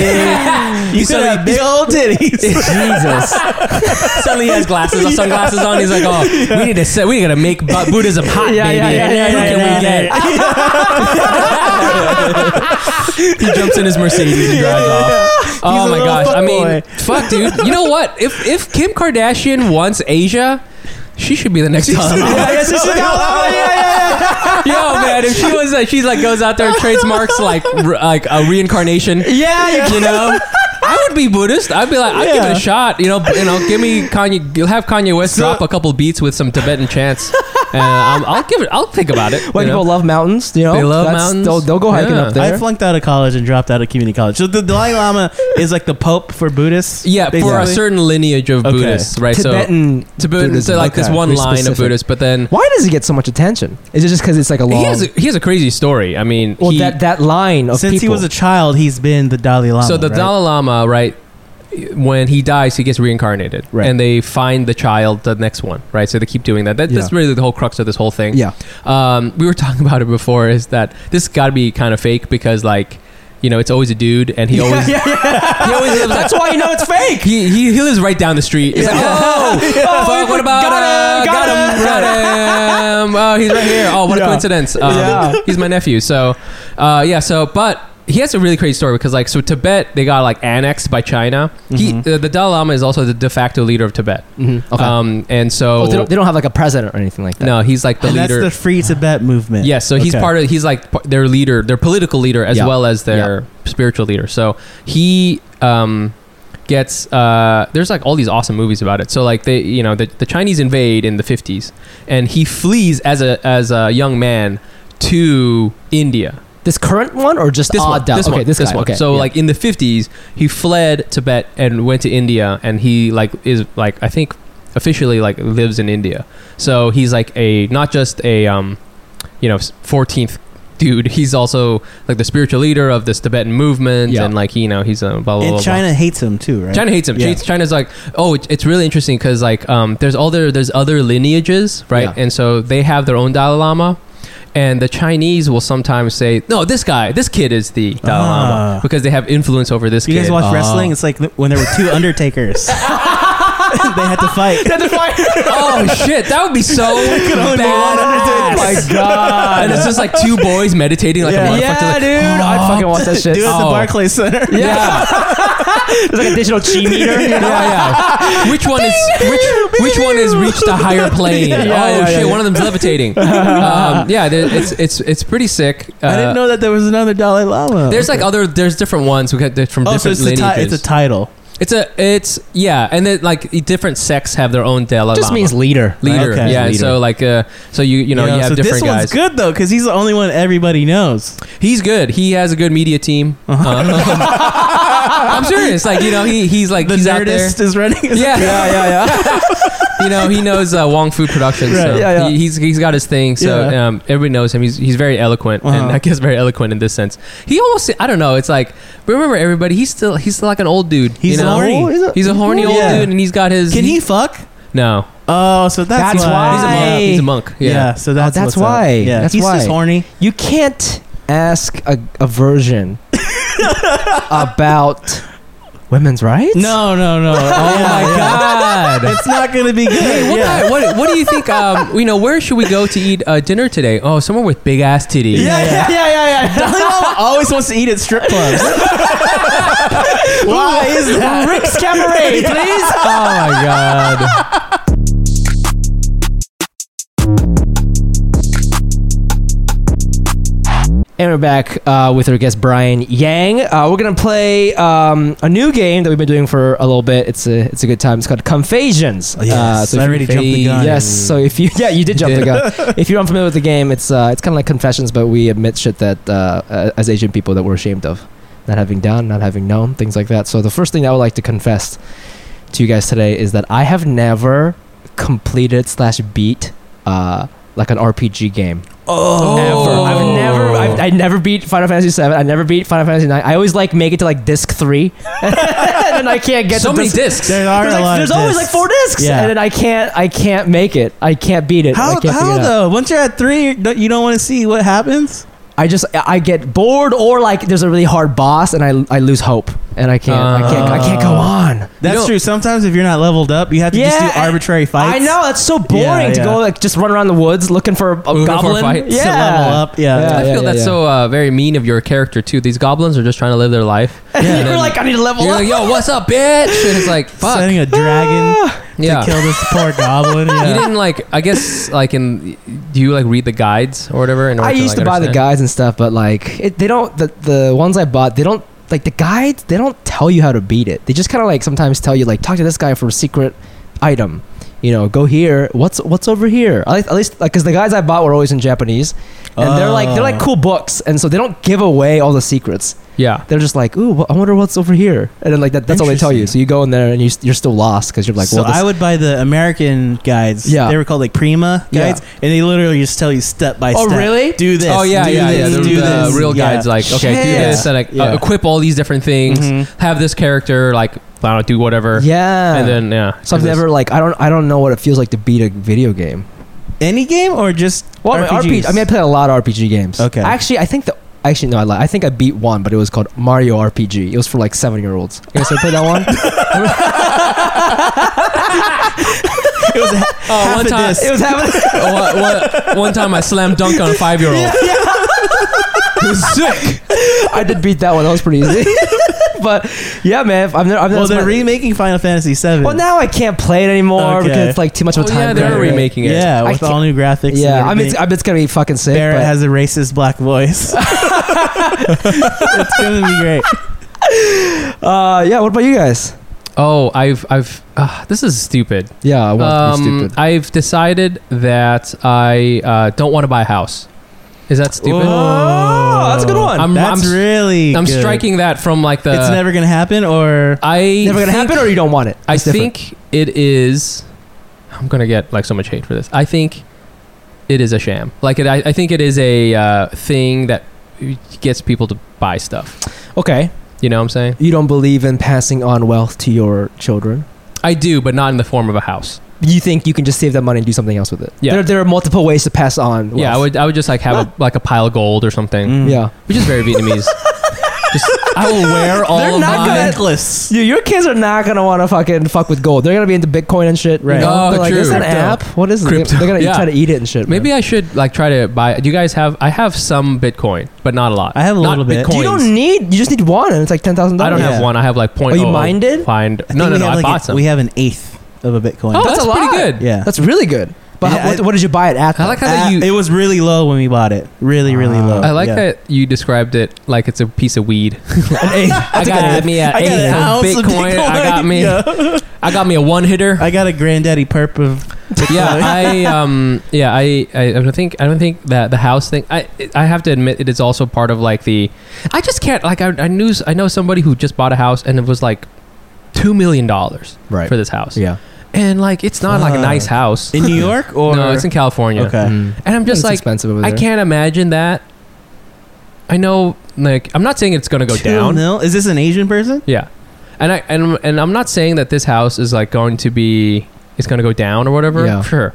you said said he- have big old titties. Jesus! Suddenly he has glasses, sunglasses on. He's like, "Oh, we need to set, we gotta make Bu- Buddhism hot, Yeah, baby. yeah, yeah, yeah, Who yeah, can yeah, we get?" he jumps in his Mercedes and drives off. He's oh a my little gosh! I mean, fuckboy. fuck, dude. You know what? If if Kim Kardashian wants Asia, she should be the next. Dalai Lama. Yo, man, if she was, uh, she's like goes out there and trademarks like re- like a reincarnation. Yeah, you know. I would be Buddhist. I'd be like, I'd give it Yeah. a shot. You know, b- you know, give me Kanye. Have Kanye West So- drop a couple beats with some Tibetan chants, and um, I'll give it. I'll think about it. white you know? people love mountains. You know, They love mountains. They'll, they'll go hiking Yeah. up I there. flunked out of college and dropped out of community college. So the Dalai Lama is like the Pope for Buddhists. yeah, for a basically. certain lineage of Okay. Buddhists, right? Tibetan. so Tibetan, so Buddhism, like this okay. one Very line specific. of Buddhists, but then Why does he get so much attention? Is it just because it's like a long? he has a, he has a crazy story. I mean, well, he, that that line of Since he people. was a child, he's been the Dalai Lama. so the right? Dalai Lama, right? When he dies, he gets reincarnated, Right. and they find the child, the next one, right? So they keep doing that. that That's Yeah. really the whole crux of this whole thing. yeah, um, we were talking about it before is that this got to be kind of fake because like you know it's always a dude and he always yeah, yeah. he always lives That's why you know it's fake. he, he, he lives right down the street. It's like, oh, fuck, what about Got him, uh, got got him, got him, Oh, he's right here. Oh, what a Yeah. coincidence. Um, Yeah. He's my nephew. So, uh, yeah, so, but he has a really crazy story because, like, so Tibet, they got, like, annexed by China. He, uh, the Dalai Lama is also the de facto leader of Tibet. Mhm, Mm-hmm. okay. Um, and so, Oh, they, don't, they don't have like a president or anything like that. no, he's like the And leader. That's the Free Tibet movement. Yes, so he's Okay. part of he's like p- their leader, their political leader as Yeah. well as their spiritual leader. So he um gets uh there's like all these awesome movies about it. So like they you know the, the Chinese invade in the 50s and he flees as a as a young man to India. This current one or just This odd one, Down? this Ah, okay, one, this, guy. one. Okay, So yeah. like in the 50s, he fled Tibet and went to India and he like is like I think officially like lives in India. So he's like a not just a um you know 14th dude, he's also like the spiritual leader of this Tibetan movement Yeah. and like you know, he's a blah blah blah. And blah. China hates him too, right? China hates him. Yeah. China- China's like, oh, it- it's really interesting because like, um, there's all their there's other lineages, right? Yeah. And so they have their own Dalai Lama, and the Chinese will sometimes say, no, this guy, this kid is the Dalai Lama Ah. because they have influence over this You kid. guys watch wrestling? It's like when there were two Undertakers. they had to fight. oh shit, that would be so Oh bad. my god. And it's just like two boys meditating like a motherfucker. yeah, like, dude. I'd fucking watch that shit. Do it at the Oh. Barclays Center. yeah, It's like a digital chi meter. yeah, yeah. Which one is which? Which one has reached a higher plane? Yeah, oh yeah, shit, yeah. one of them's levitating. Um, yeah, there- it's it's it's pretty sick. I didn't Uh, know that there was another Dalai Lama. There's like other, there's different ones we got they're from oh, so different it's a, ti- lineages. it's a title. It's a it's yeah, and then like different sects have their own Dalai just Lama. means leader. leader. Okay. Yeah, Leader. so like uh, so you you know you, have so different this guys. one's good though because he's the only one everybody knows. He's good. He has a good media team. Uh-huh. Uh, I'm serious. Like you know he he's like The he's out there. Nerdist is running. his- Yeah, yeah, yeah, yeah. you know, he knows uh, Wong Fu Productions. so Right, yeah, yeah. He, he's he's got his thing. So Yeah. um, everybody knows him. He's he's very eloquent, and Uh-huh. I guess very eloquent in this sense. He almost I don't know. It's like remember everybody. He's still he's still like an old dude. He's you know? horny. Is it- He's a horny old Yeah. dude, and he's got his. Can he fuck? No, Oh, so that's, That's why. he's a monk. He's a monk. Yeah. Yeah. so that's what's that's up. why. Yeah, That's he's just why. horny. You can't ask a, a version about women's rights. No, no, no. Oh my god. It's not gonna be good. What, yeah. kind- what, what do you think? Um, you know, where should we go to eat uh, dinner today? Oh, somewhere with big ass titties. Yeah, yeah, yeah, yeah, yeah. Dalai Lama always wants to eat at strip clubs. Why is that? Rick's cabaret, please. Oh my god. And we're back uh, with our guest Brian Yang. Uh, we're gonna play um, a new game that we've been doing for a little bit. It's a it's a good time. It's called Confasions. Uh, Yes, if I you- already jumped the gun. Yes. So if you yeah you did jump the gun. If you're unfamiliar with the game, it's uh, it's kind of like confessions, but we admit shit that uh, uh, as Asian people that we're ashamed of, not having done, not having known, things like that. So the first thing I would like to confess to you guys today is that I have never completed slash beat uh, like an RPG game. Oh, Ever. I've never, I've, I never beat Final Fantasy VII. I never beat Final Fantasy IX. I always like make it to like disc three, and then I can't get so to many disc- discs. there are There's, a like- lot there's of always like discs. four discs, Yeah. and then I can't, I can't make it. I can't beat it. I How, can't figure how it out. though? Once you're at three, you don't- you don't want to see what happens. I just, I get bored, or like there's a really hard boss, and I, I lose hope, and I can't, I can't, I can't go on. That's know- true. Sometimes if you're not leveled up, you have to Yeah, just do I- arbitrary fights. I know that's so boring Yeah, to yeah. go like just run around the woods looking for a for goblin. fights. Yeah, To level up. Yeah. Yeah. I feel that's yeah. so uh, very mean of your character too. These goblins are just trying to live their life. And you're then like, I need to level you're up. like, yo, what's up, bitch? And it's like, fuck, Sending a Ah. dragon to yeah. kill this poor goblin. You Yeah. didn't like, I guess, like in, do you like read the guides or whatever? In order I used to, like, buy the understand? guides and stuff, but like it, they don't. The, the ones I bought, they don't like the guides. They don't tell you how to beat it. They just kind of like sometimes tell you like talk to this guy for a secret item. You know, go here. What's what's over here? At least, at least like because the guides I bought were always in Japanese, and they're like they're like Oh. cool books, and so they don't give away all the secrets. Yeah. They're just like, ooh, wh- I wonder what's over here, and then like that, that's all they tell you. So Interesting. you go in there and you, s- you're still lost because you're like, so well, this, I would buy the American guides. Yeah. They were called like Prima Yeah. guides, and they literally just tell you step by Oh, step. really? Do this. oh yeah, do yeah, this, yeah. The, do the this. real Yeah. guides like, okay, do Shit. Mm-hmm. this and like Yeah. uh, equip all these different things. Mhm. Have this character like, I don't know, do whatever. yeah. Mm-hmm. And then yeah. so I've It's- never like I don't I don't know what it feels like to beat a video game. Any game or just Well, I mean, RPGs? RPG, I mean, I play a lot of RPG games. Okay. Actually, I think the actually no, I lied. I think I beat one, but it was called Mario RPG. It was for like seven year olds. You guys ever play that one? it was Oh, half one of time, this. it was having. one, one- one time I slam dunked on a five year old. It was sick. I did beat that one. That was pretty easy. but yeah, man, I've never. I've never well, they're my- remaking Final Fantasy VII. well, now I can't play it anymore Okay. because it's like too much of Oh, a time. yeah, they're commitment. remaking it. yeah, I with can't- all new graphics. and Yeah, I mean, it's, everything. I mean, it's gonna be fucking sick. Barrett but- has a racist black voice. it's gonna be great. uh, yeah. What about you guys? Oh, I've I've uh, this is stupid. Yeah, I want to be Um, stupid. I've decided that I uh, don't want to buy a house. Is that stupid? Oh, that's a good one. I'm- That's I'm- really. I'm good. striking that from like the. it's never gonna happen, or I Never gonna think- happen, or you don't want it. I It's different. think it is. I'm gonna get like so much hate for this. I think it is a sham. Like it, I, I think it is a uh, thing that gets people to buy stuff. Okay, You know what I'm saying? you don't believe in passing on wealth to your children. I do, but not in the form of a house. you think you can just save that money and do something else with it. Yeah. There, there are multiple ways to pass on. Wealth. Yeah, I would I would just like have a, like a pile of gold or something, Mm. Yeah. which is very Vietnamese. just, I will wear all They're of not mine. gonna- necklace. Dude, your kids are not gonna want to fucking fuck with gold. They're gonna be into Bitcoin and shit. Right. You know? Oh, They're like, true. is that an Crypto. app? What is it? Crypto. They're gonna Yeah. try to eat it and shit. Maybe man. I should like try to buy. Do you guys have? I have some Bitcoin, but not a lot. I have a Not little bit. Bitcoin. you coins. don't need. You just need one, and it's like ten thousand I dollars. don't Yeah. have one. I have like point. Oh, you mined it? Find I no, think no, we no. have I like bought a- some. We have an eighth of a Bitcoin. oh, That's that's, a pretty lot. good. yeah. That's really good. But Yeah, what, I- what did you buy it at? I like how Ah, Uh, that you. it was really low when we bought it. Really, really Ah. low. I like yeah. that you described it like it's a piece of weed. I got good- me a I got an eighth of ounce of Bitcoin. I got Bitcoin. me. Yeah. I got me a one hitter. I got a granddaddy perp of yeah, I um, yeah, I, I, I don't think I don't think that the house thing. I I have to admit it is also part of like the. I just can't like I I knew I know somebody who just bought a house and it was like two million dollars Right. for this house. Yeah. and like it's not like a nice Fuck. house. in New York or no, it's in California. okay. Mm. And I'm It's just like expensive over I there. can't imagine that. I know, like I'm not saying it's gonna go Two down. mil? Is this an Asian person? Yeah, and I and and I'm not saying that this house is like going to be it's going to go down or whatever. Yeah. Sure,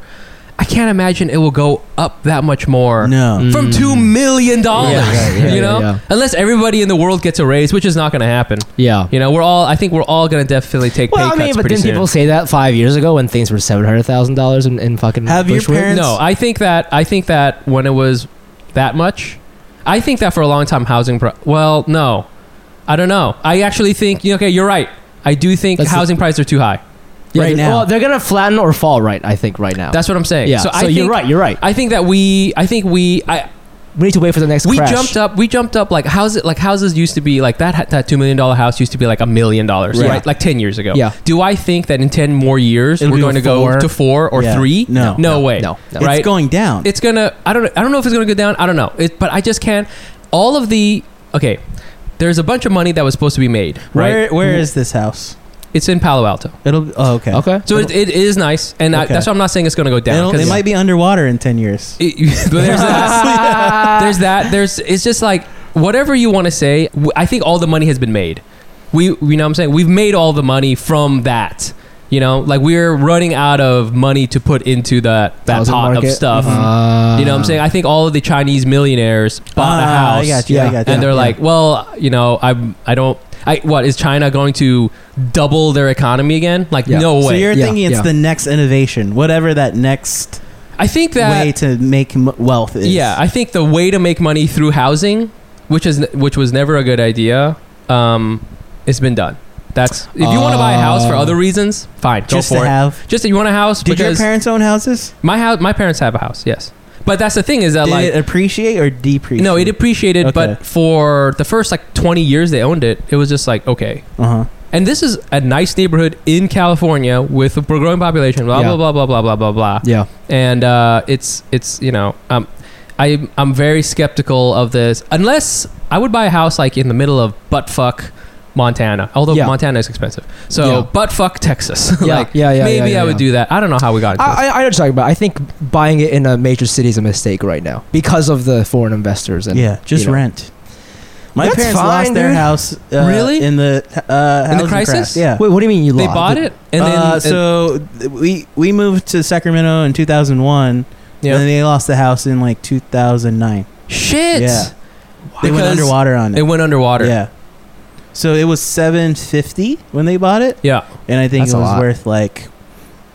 I can't imagine it will go up that much more. No. Mm. From two million dollars, yeah, yeah, you know, yeah. unless everybody in the world gets a raise, which is not going to happen. Yeah. You know, we're all. I think we're all going to definitely take well, pay I mean, cuts but pretty didn't soon. people say that five years ago when things were seven hundred thousand dollars in, in fucking Have your Bushwick? parents- no, I think that I think that when it was that much, I think that for a long time housing. Pro- well, no, I don't know. I actually think okay, you're right. I do think That's the- housing prices are too high. Yeah, Right they- now. Well, they're gonna flatten or fall right. I think right now. That's what I'm saying. yeah. So, So, I you're think- right. You're right. I think that we, I think we, I, we need to wait for the next. we crash. jumped up. We jumped up like houses. Like houses used to be like that. ha- That two million dollar house used to be like a million dollars, Right. right? Like ten years ago. Yeah. Do I think that in ten more years It'll we're be going to four. go to four or Yeah. three? No. No, way. No. No. It's Right. going down. it's gonna i don't i don't know if it's gonna go down i don't know it, but i just can't all of the okay there's a bunch of money that was supposed to be made right Where where is this house? it's in palo alto It'll oh, okay. Okay. so it, it is nice and I, Okay. that's why i'm not saying it's gonna go down It'll- It because might be underwater in ten years. there's that there's that there's it's just like whatever you want to say w- i think all the money has been made we you know what i'm saying we've made all the money from that you know like we're running out of money to put into that that Housing pot market. of stuff Uh-huh. Uh, Mm. you know what I'm saying? I think all of the Chinese millionaires bought a Ah, house. I got you. I Yeah. got you. And they're Yeah. like, well, you know, I'm, I don't, I, what, is China going to double their economy again? Like, Yeah. no so way. you're Yeah, thinking it's yeah. the next innovation, whatever that next I think that, way to make m- wealth is. yeah, I think the way to make money through housing, which is, which was never a good idea, um, it's been done. That's, if you want to buy a house for Oh. other reasons, fine, just go to for it. have. Just that you want a house Did your because parents own houses? my house, my parents have a house, yes. But that's the thing is that Did like, it appreciate or depreciate? No, it appreciated, Okay. but for the first like 20 years they owned it, it was just like, okay. Uh huh. And this is a nice neighborhood in California with a growing population, blah, Yeah. blah, blah, blah, blah, blah, blah, blah. Yeah. And uh, it's, it's you know, um, I, I'm very skeptical of this. Unless I would buy a house like in the middle of buttfuck Montana, although Yeah. Montana is expensive. Yeah. So buttfuck Texas. Yeah, like, yeah, yeah, Maybe yeah, yeah, I would yeah. do that. I don't know how we got into this. I, I, I know what you're talking about. I think buying it in a major city is a mistake right now because of the foreign investors and Yeah, just you know. rent. My That's parents fine, lost their dude. house. Uh, Really? In the uh, housing crisis? crash. Yeah. Wait, what do you mean you They lost? bought it and then uh, and- so th- we we moved to Sacramento in 2001, Yeah. and then they lost the house in like 2009. shit. Yeah. They went Because underwater on it. It went underwater. Yeah. So it was 750 when they bought it, Yeah. and I think That's it a was lot. worth like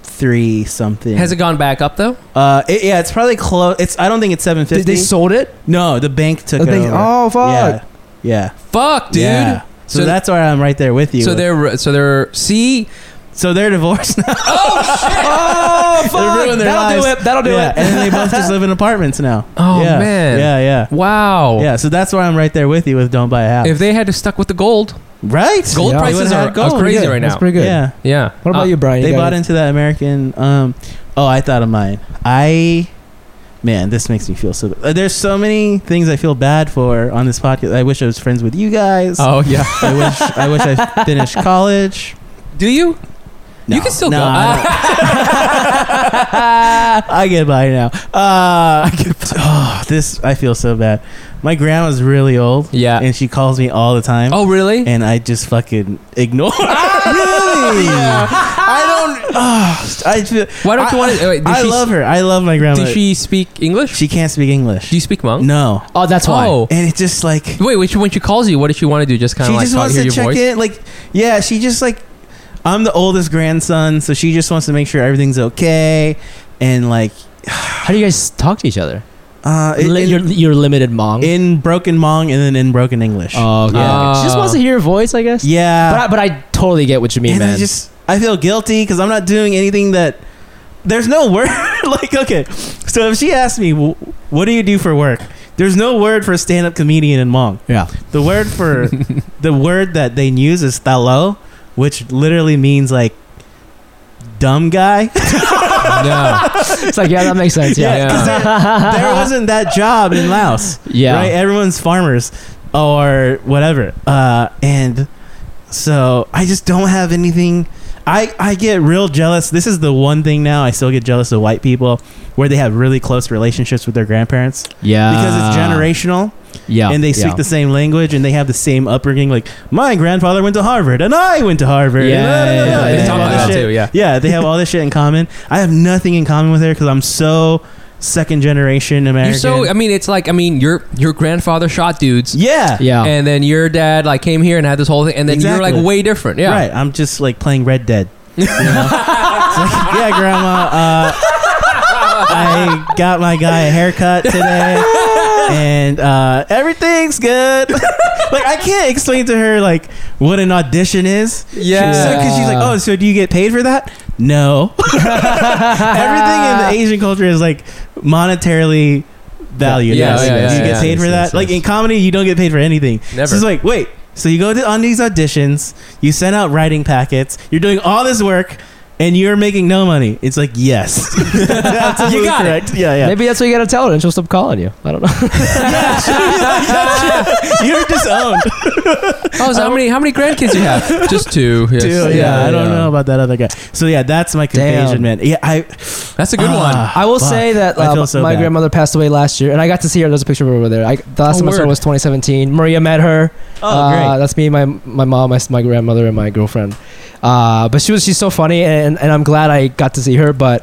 three something. Has it gone back up though? uh, it- yeah, it's probably close. It's I don't think it's 750. They, they sold it. no, the bank took Oh, it they- over. oh fuck! Yeah. Yeah. Fuck, dude. Yeah. So, So- that's why I'm right there with you. So they're so they're see so they're divorced now. Oh They fuck! ruined their That'll do lives. it. That'll do yeah. it. And then they both just live in apartments now. Oh, yeah. man. Yeah, yeah. wow. Yeah, so that's why I'm right there with you with don't buy a house. If they had stuck with the gold, right? gold Yeah. They prices would've are, had gold, are crazy yeah. right That's now. pretty good. Oh, Yeah. yeah. What about Uh, you, Brian? They You got bought it? into that American um oh, I thought of mine. I man, this makes me feel so uh, there's so many things I feel bad for on this podcast. I wish I was friends with you guys. Oh yeah. I wish I wish I finished college. Do you? No. You can still No, go. I don't. I get by now. Uh, I get by. Oh, this I feel so bad. My grandma's really old, yeah. and she calls me all the time, Oh really? and I just fucking ignore. really? Yeah. I don't. Oh, I feel. Why don't you want to? Wait, did I she, love her. I love my grandma. Did she speak English? She can't speak English. do you speak Hmong? no, Oh, that's why. Oh. and it's just like she Wait, which when she calls you, what does she want to do? Just kind of like just talk, wants hear to your check voice. in. Like, yeah, she just like. I'm the oldest grandson, so she just wants to make sure everything's okay, and like, How do you guys talk to each other? uh, it- Li- it- your, your limited mong. in broken Mong and then in broken English. oh, okay. Yeah. She just wants to hear your voice, I guess. yeah, But I, but I totally get what you mean, and man. I just I feel guilty because I'm not doing anything that there's no word like, okay. So if she asked me, "Wh- what do you do for work? There's no word for stand up comedian in Hmong. Yeah. The word for the word that they use is talo, which literally means like dumb guy. yeah. It's like, yeah, that makes sense. Yeah. Yeah. 'cause there, there wasn't that job in Laos. Yeah. Right? Everyone's farmers or whatever. Uh, and so I just don't have anything. I, I get real jealous. This is the one thing now I still get jealous of white people where they have really close relationships with their grandparents Yeah. because it's generational Yeah. and they speak Ah. Oh, yeah. the same language and they have the same upbringing. Like, my grandfather went to Harvard and I went to Harvard. Yeah, and blah, blah, blah, yeah, blah. yeah, And they they talk have all about this that shit too, yeah. yeah, they have all this shit in common. I have nothing in common with her because I'm so second generation American. You're so. I mean, it's like I mean, your your grandfather shot dudes. yeah, Yeah. And then your dad like came here and had this whole thing, and then Exactly. you're like way different. Yeah. Right. I'm just like playing Red Dead. you know? It's like, yeah, Grandma. Uh, I got my guy a haircut today, and uh, everything's good. like I can't explain to her like what an audition is. Yeah. Because she's like, oh, so do you get paid for that? No. Everything in the Asian culture is like monetarily valued. Yeah, Yes. yeah, yeah, you get yeah. paid for Yes, that. yes, Like yes. in comedy, you don't get paid for anything. Never. So it's like, wait. So you go to, on these auditions, you send out writing packets, you're doing all this work, and you're making no money. It's like, yes. That's absolutely got it. correct. Yeah, yeah. Maybe that's what you gotta tell her, and she'll stop calling you. I don't know. You're disowned. Oh, so how many how many grandkids you have? Just two. Yes. Dude, yeah, I don't know about that other guy. So yeah, that's my Damn. contagion, man. Yeah, I That's a good Ah. one. I will Fuck. say that I uh, feel so my bad. grandmother passed away last year, and I got to see her. There's a picture of her over there. I, the last Oh, time I saw her word. was 2017. Maria met her. Oh, Uh, great. That's me, my my mom, my, my grandmother, and my girlfriend. Uh, but she was she's so funny, and, and I'm glad I got to see her. But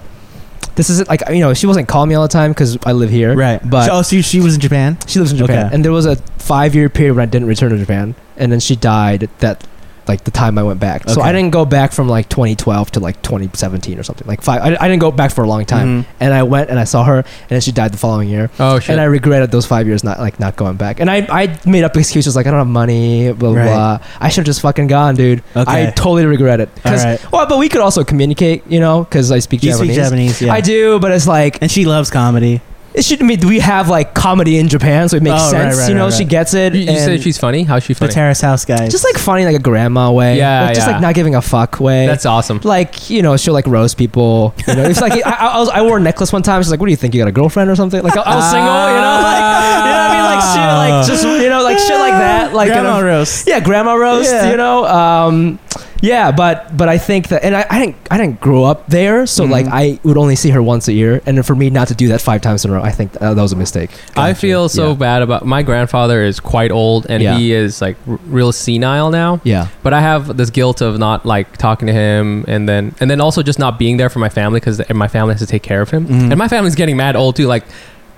this isn't like you know she wasn't calling me all the time because I live here. Right. But oh, so she was in Japan. she lives in Japan, Okay. and there was a five year period when I didn't return to Japan, and then she died that like the time I went back. So Okay. I didn't go back from like 2012 to like 2017 or something. Like five, I, I didn't go back for a long time, Mhm. and I went and I saw her, and then she died the following year. Oh shit. And I regretted those five years not like not going back. And I, I made up excuses like I don't have money, blah blah. Right. blah. I should have just fucking gone, dude. Okay. I totally regret it. 'Cause- Alright. Well, but we could also communicate, you know, because I speak You Japanese. speak Japanese, yeah. I do, but it's like and she loves comedy. it should I mean we have like comedy in Japan, so it makes Oh, right, sense. right, you right, know, she right. gets it. you, you and said she's funny. How's she The funny? Terrace House guys. just like funny, like a grandma way. Yeah, like, just yeah. like not giving a fuck way. That's awesome. like you know, she'll like roast people. You know, it's like I, I, was, I wore a necklace one time. She's like, "What do you think? You got a girlfriend or something?" Like I, I was single, you know, like Ah. you know what I mean, like shit, like just you know, like shit like that, like you Ah. grandma know. roast. yeah, grandma roast, Yeah. you know. Um, yeah, but but I think that, and I, I didn't I didn't grow up there, so Mm-hmm. like I would only see her once a year, and for me not to do that five times in a row, I think uh, that was a mistake. I feel so Yeah. bad about my grandfather is quite old and Yeah. he is like r- real senile now. Yeah. But I have this guilt of not like talking to him and then and then also just not being there for my family because my family has to take care of him. Mm-hmm. And my family's getting mad old too. Like,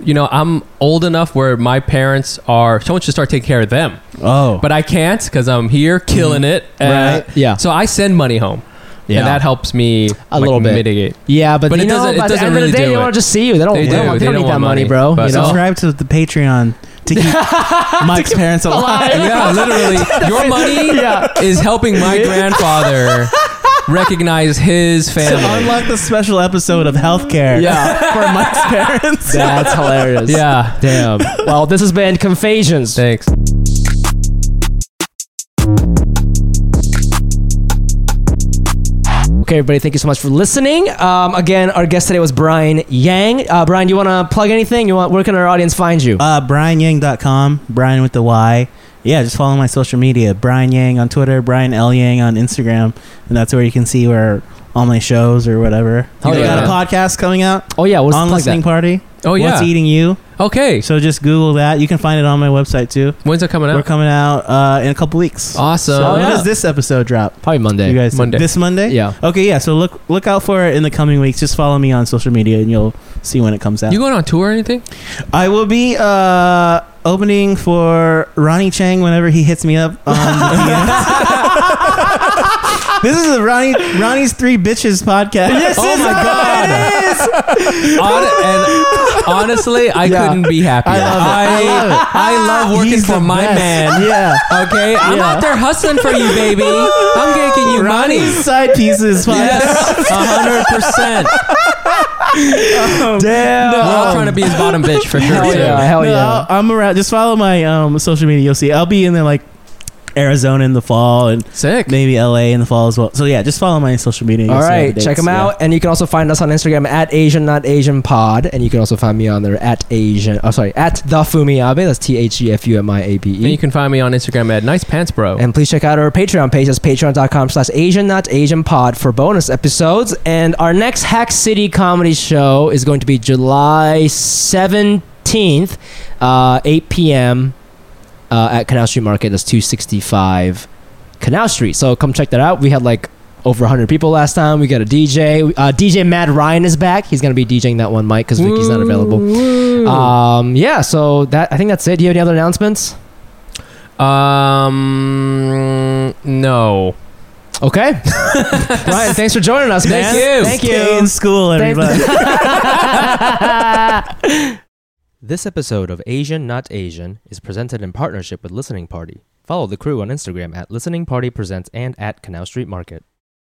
you know, I'm old enough where my parents are someone should start taking care of them. Oh, But I can't because I'm here killing it. Right. Yeah. So I send money home. Mm-hmm. Yeah. And that helps me A little bit. mitigate. Yeah, but, But you it know, doesn't- it by the doesn't end of really the day, do they it. want to just see you. They don't. They They, don't, do. want- They they don't don't need that want money, money, bro. but- you know? subscribe to the Patreon to keep my parents alive. yeah, literally. Your money is helping my grandfather recognize his To family. unlock the special episode of healthcare Yeah, for Mike's parents. that's hilarious. Yeah. Damn. Well, this has been Confessions. Thanks. Okay, everybody, thank you so much for listening. Um, again, our guest today was Brian Yang. Uh, Brian, do you want to plug anything? You want? Where can our audience find you? Uh, BrianYang.com, Brian with the Y. Yeah, just follow my social media. Brian Yang on Twitter, Brian L. Yang on Instagram. And that's where you can see where all my shows or whatever. Oh, You know, I yeah. got a podcast coming out oh yeah, what's on plug Listening that? Party. Oh What's yeah. Eating You? Okay. So just Google that. You can find it on my website too. When's it coming We're out? coming out uh, in a couple weeks. Awesome. So Oh, when yeah. does this episode drop? Probably Monday. You guys Monday. This Monday? Yeah. Okay, yeah. So look look out for it in the coming weeks. Just follow me on social media and you'll see when it comes out. You going on tour or anything? I will be uh, opening for Ronnie Chang whenever he hits me up on the DMs. This is the Ronnie Ronnie's Three Bitches podcast. Yes, Oh my god. Hon- and honestly, I Yeah. couldn't be happier. I love it. I, I love it. I love working He's for the my best. man. Yeah. Okay, I'm out there hustling for you, baby. I'm making you money. Side pieces podcast. Yes, hundred percent. Damn. Um, We're all trying to be his bottom bitch for sure. Hell too. yeah, hell no, yeah. I'll- I'm around. Just follow my um, social media. You'll see. I'll be in there like Arizona in the fall and Sick. maybe LA in the fall as well. So yeah, just follow my social media. You'll All see the right, check dates, them yeah. out, and you can also find us on Instagram at Asian Not Asian Pod, and you can also find me on there at Asian. Oh, sorry, at the Fumiabe. That's T H E F U M I A B And you E. can find me on Instagram at Nice Pants Bro. And please check out our Patreon page. That's patreon.com slash Asian Not Asian Pod for bonus episodes. And our next Hack City comedy show is going to be July 17th, uh, 8 p.m. Uh, at Canal Street Market. That's 265 Canal Street. So come check that out. We had like over 100 people last time. We got a DJ. Uh, DJ Matt Ryan is back. He's going to be DJing that one mic because Vicky's not available. Um, yeah, so that I think that's it. Do you have any other announcements? Um, no. Okay. Ryan, thanks for joining us, man. Thank you. Stay in school, Thank- everybody. This episode of Asian Not Asian is presented in partnership with Listening Party. Follow the crew on Instagram at Listening Party Presents and at Canal Street Market.